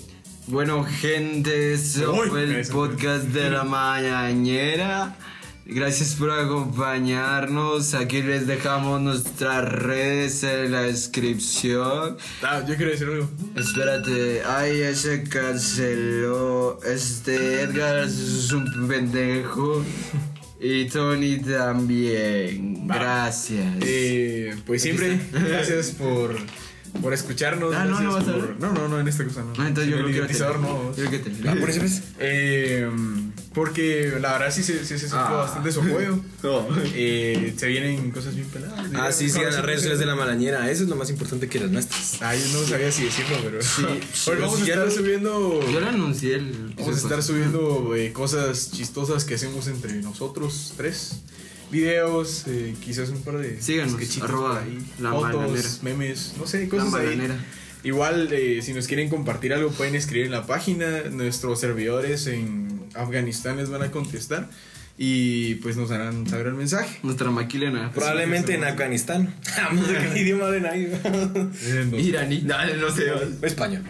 Speaker 3: Bueno, gente, eso
Speaker 4: Uy,
Speaker 3: fue el
Speaker 4: eso.
Speaker 3: podcast de la mañanera. Gracias por acompañarnos. Aquí les dejamos nuestras redes en la descripción.
Speaker 4: Ah, yo quiero decir algo.
Speaker 3: Espérate, ay, ya se canceló. Este Edgar es un pendejo. Y Tony también. Gracias.
Speaker 4: Eh, pues siempre, gracias por, por escucharnos.
Speaker 3: Ah, no,
Speaker 4: gracias
Speaker 3: no vas a
Speaker 4: por-
Speaker 3: ver.
Speaker 4: no, no, no, en esta cosa no.
Speaker 3: No, entonces yo
Speaker 4: En
Speaker 3: creo
Speaker 4: el
Speaker 3: que
Speaker 4: idiotizador
Speaker 3: tener.
Speaker 4: no.
Speaker 3: Yo creo que tener.
Speaker 2: Ah, por eso ves.
Speaker 4: Eh, porque la verdad sí se, sí se supo
Speaker 3: Ah.
Speaker 4: bastante su apoyo.
Speaker 3: No.
Speaker 4: Eh, se vienen cosas bien peladas.
Speaker 6: Ah, sí, sí, a las redes sociales de la malañera. Eso es lo más importante que las nuestras.
Speaker 4: Ah, yo no sabía si decirlo, pero.
Speaker 3: Sí, sí,
Speaker 4: Bueno, vamos a
Speaker 3: sí,
Speaker 4: estar
Speaker 3: ya-
Speaker 4: subiendo.
Speaker 3: Yo lo anuncié. el-
Speaker 4: Vamos a estar subiendo eh, cosas chistosas que hacemos entre nosotros tres. Videos, eh, quizás un par de
Speaker 3: Síganos,
Speaker 4: sketchitos
Speaker 3: arroba
Speaker 4: por ahí,
Speaker 3: La
Speaker 4: fotos,
Speaker 3: Bananera.
Speaker 4: memes, no sé,
Speaker 3: La
Speaker 4: cosas ahí.
Speaker 3: bananera.
Speaker 4: Igual, eh, si nos quieren compartir algo, pueden escribir en la página. Nuestros servidores en Afganistán les van a contestar y pues nos harán saber el mensaje.
Speaker 3: Nuestra maquilena.
Speaker 6: Probablemente en Afganistán.
Speaker 2: No sé qué idioma hablen ahí.
Speaker 3: Iraní. Eh, No, no sé.
Speaker 6: Español.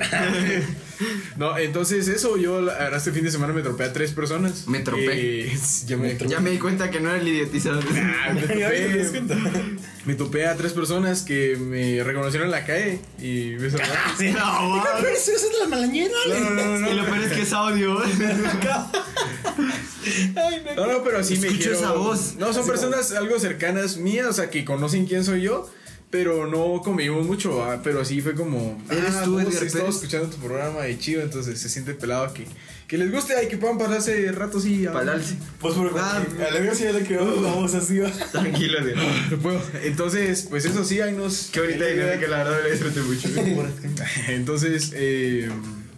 Speaker 4: No, entonces eso, yo la verdad, este fin de semana me tropé a tres personas.
Speaker 3: Me tropé.
Speaker 4: Eh, yo me tropé.
Speaker 3: Ya me di cuenta que no era el idiotizador.
Speaker 4: Ah, me topé, me topé a tres personas que me reconocieron en la calle y me saludaron.
Speaker 3: No, va.
Speaker 2: eso es la malañera.
Speaker 4: No, no, no,
Speaker 3: Y lo
Speaker 4: no.
Speaker 3: peor es que es audio.
Speaker 4: No, no, pero sí me
Speaker 3: Escucho
Speaker 4: quiero-
Speaker 3: esa voz.
Speaker 4: No, son personas algo cercanas mías, o sea, que conocen quién soy yo. Pero no convivimos mucho, ah, pero así fue como.
Speaker 3: Eres
Speaker 4: ah,
Speaker 3: tú,
Speaker 4: vos
Speaker 3: Edgar
Speaker 4: estaba
Speaker 3: Pérez.
Speaker 4: escuchando tu programa y chido, entonces se siente pelado que, que les guste. Ay, que puedan pasarse rato así. ah,
Speaker 3: Palarse.
Speaker 5: Pues por
Speaker 3: Ah,
Speaker 5: a la vez ya le quedó la voz así. va.
Speaker 3: Tranquilo, tío.
Speaker 4: Bueno, entonces, pues eso sí, ahí nos.
Speaker 3: Qué bonita dinámica, la verdad, me la disfruté mucho.
Speaker 4: Entonces, eh,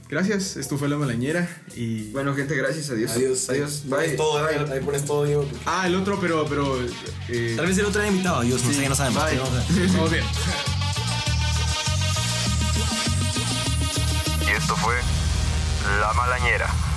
Speaker 4: gracias. Esto fue La Malañera. Y.
Speaker 3: Bueno, gente, gracias. Adiós.
Speaker 5: Adiós.
Speaker 3: Adiós.
Speaker 5: Pones
Speaker 3: Bye.
Speaker 5: todo, ahí- ahí pones todo, Diego.
Speaker 4: Ah, el otro, pero. pero eh,
Speaker 7: Tal vez el otro era invitado, Dios, no sé, ya no sabemos.
Speaker 3: Bye.
Speaker 7: Tenemos-
Speaker 4: vamos bien.
Speaker 8: Y esto fue La Malañera.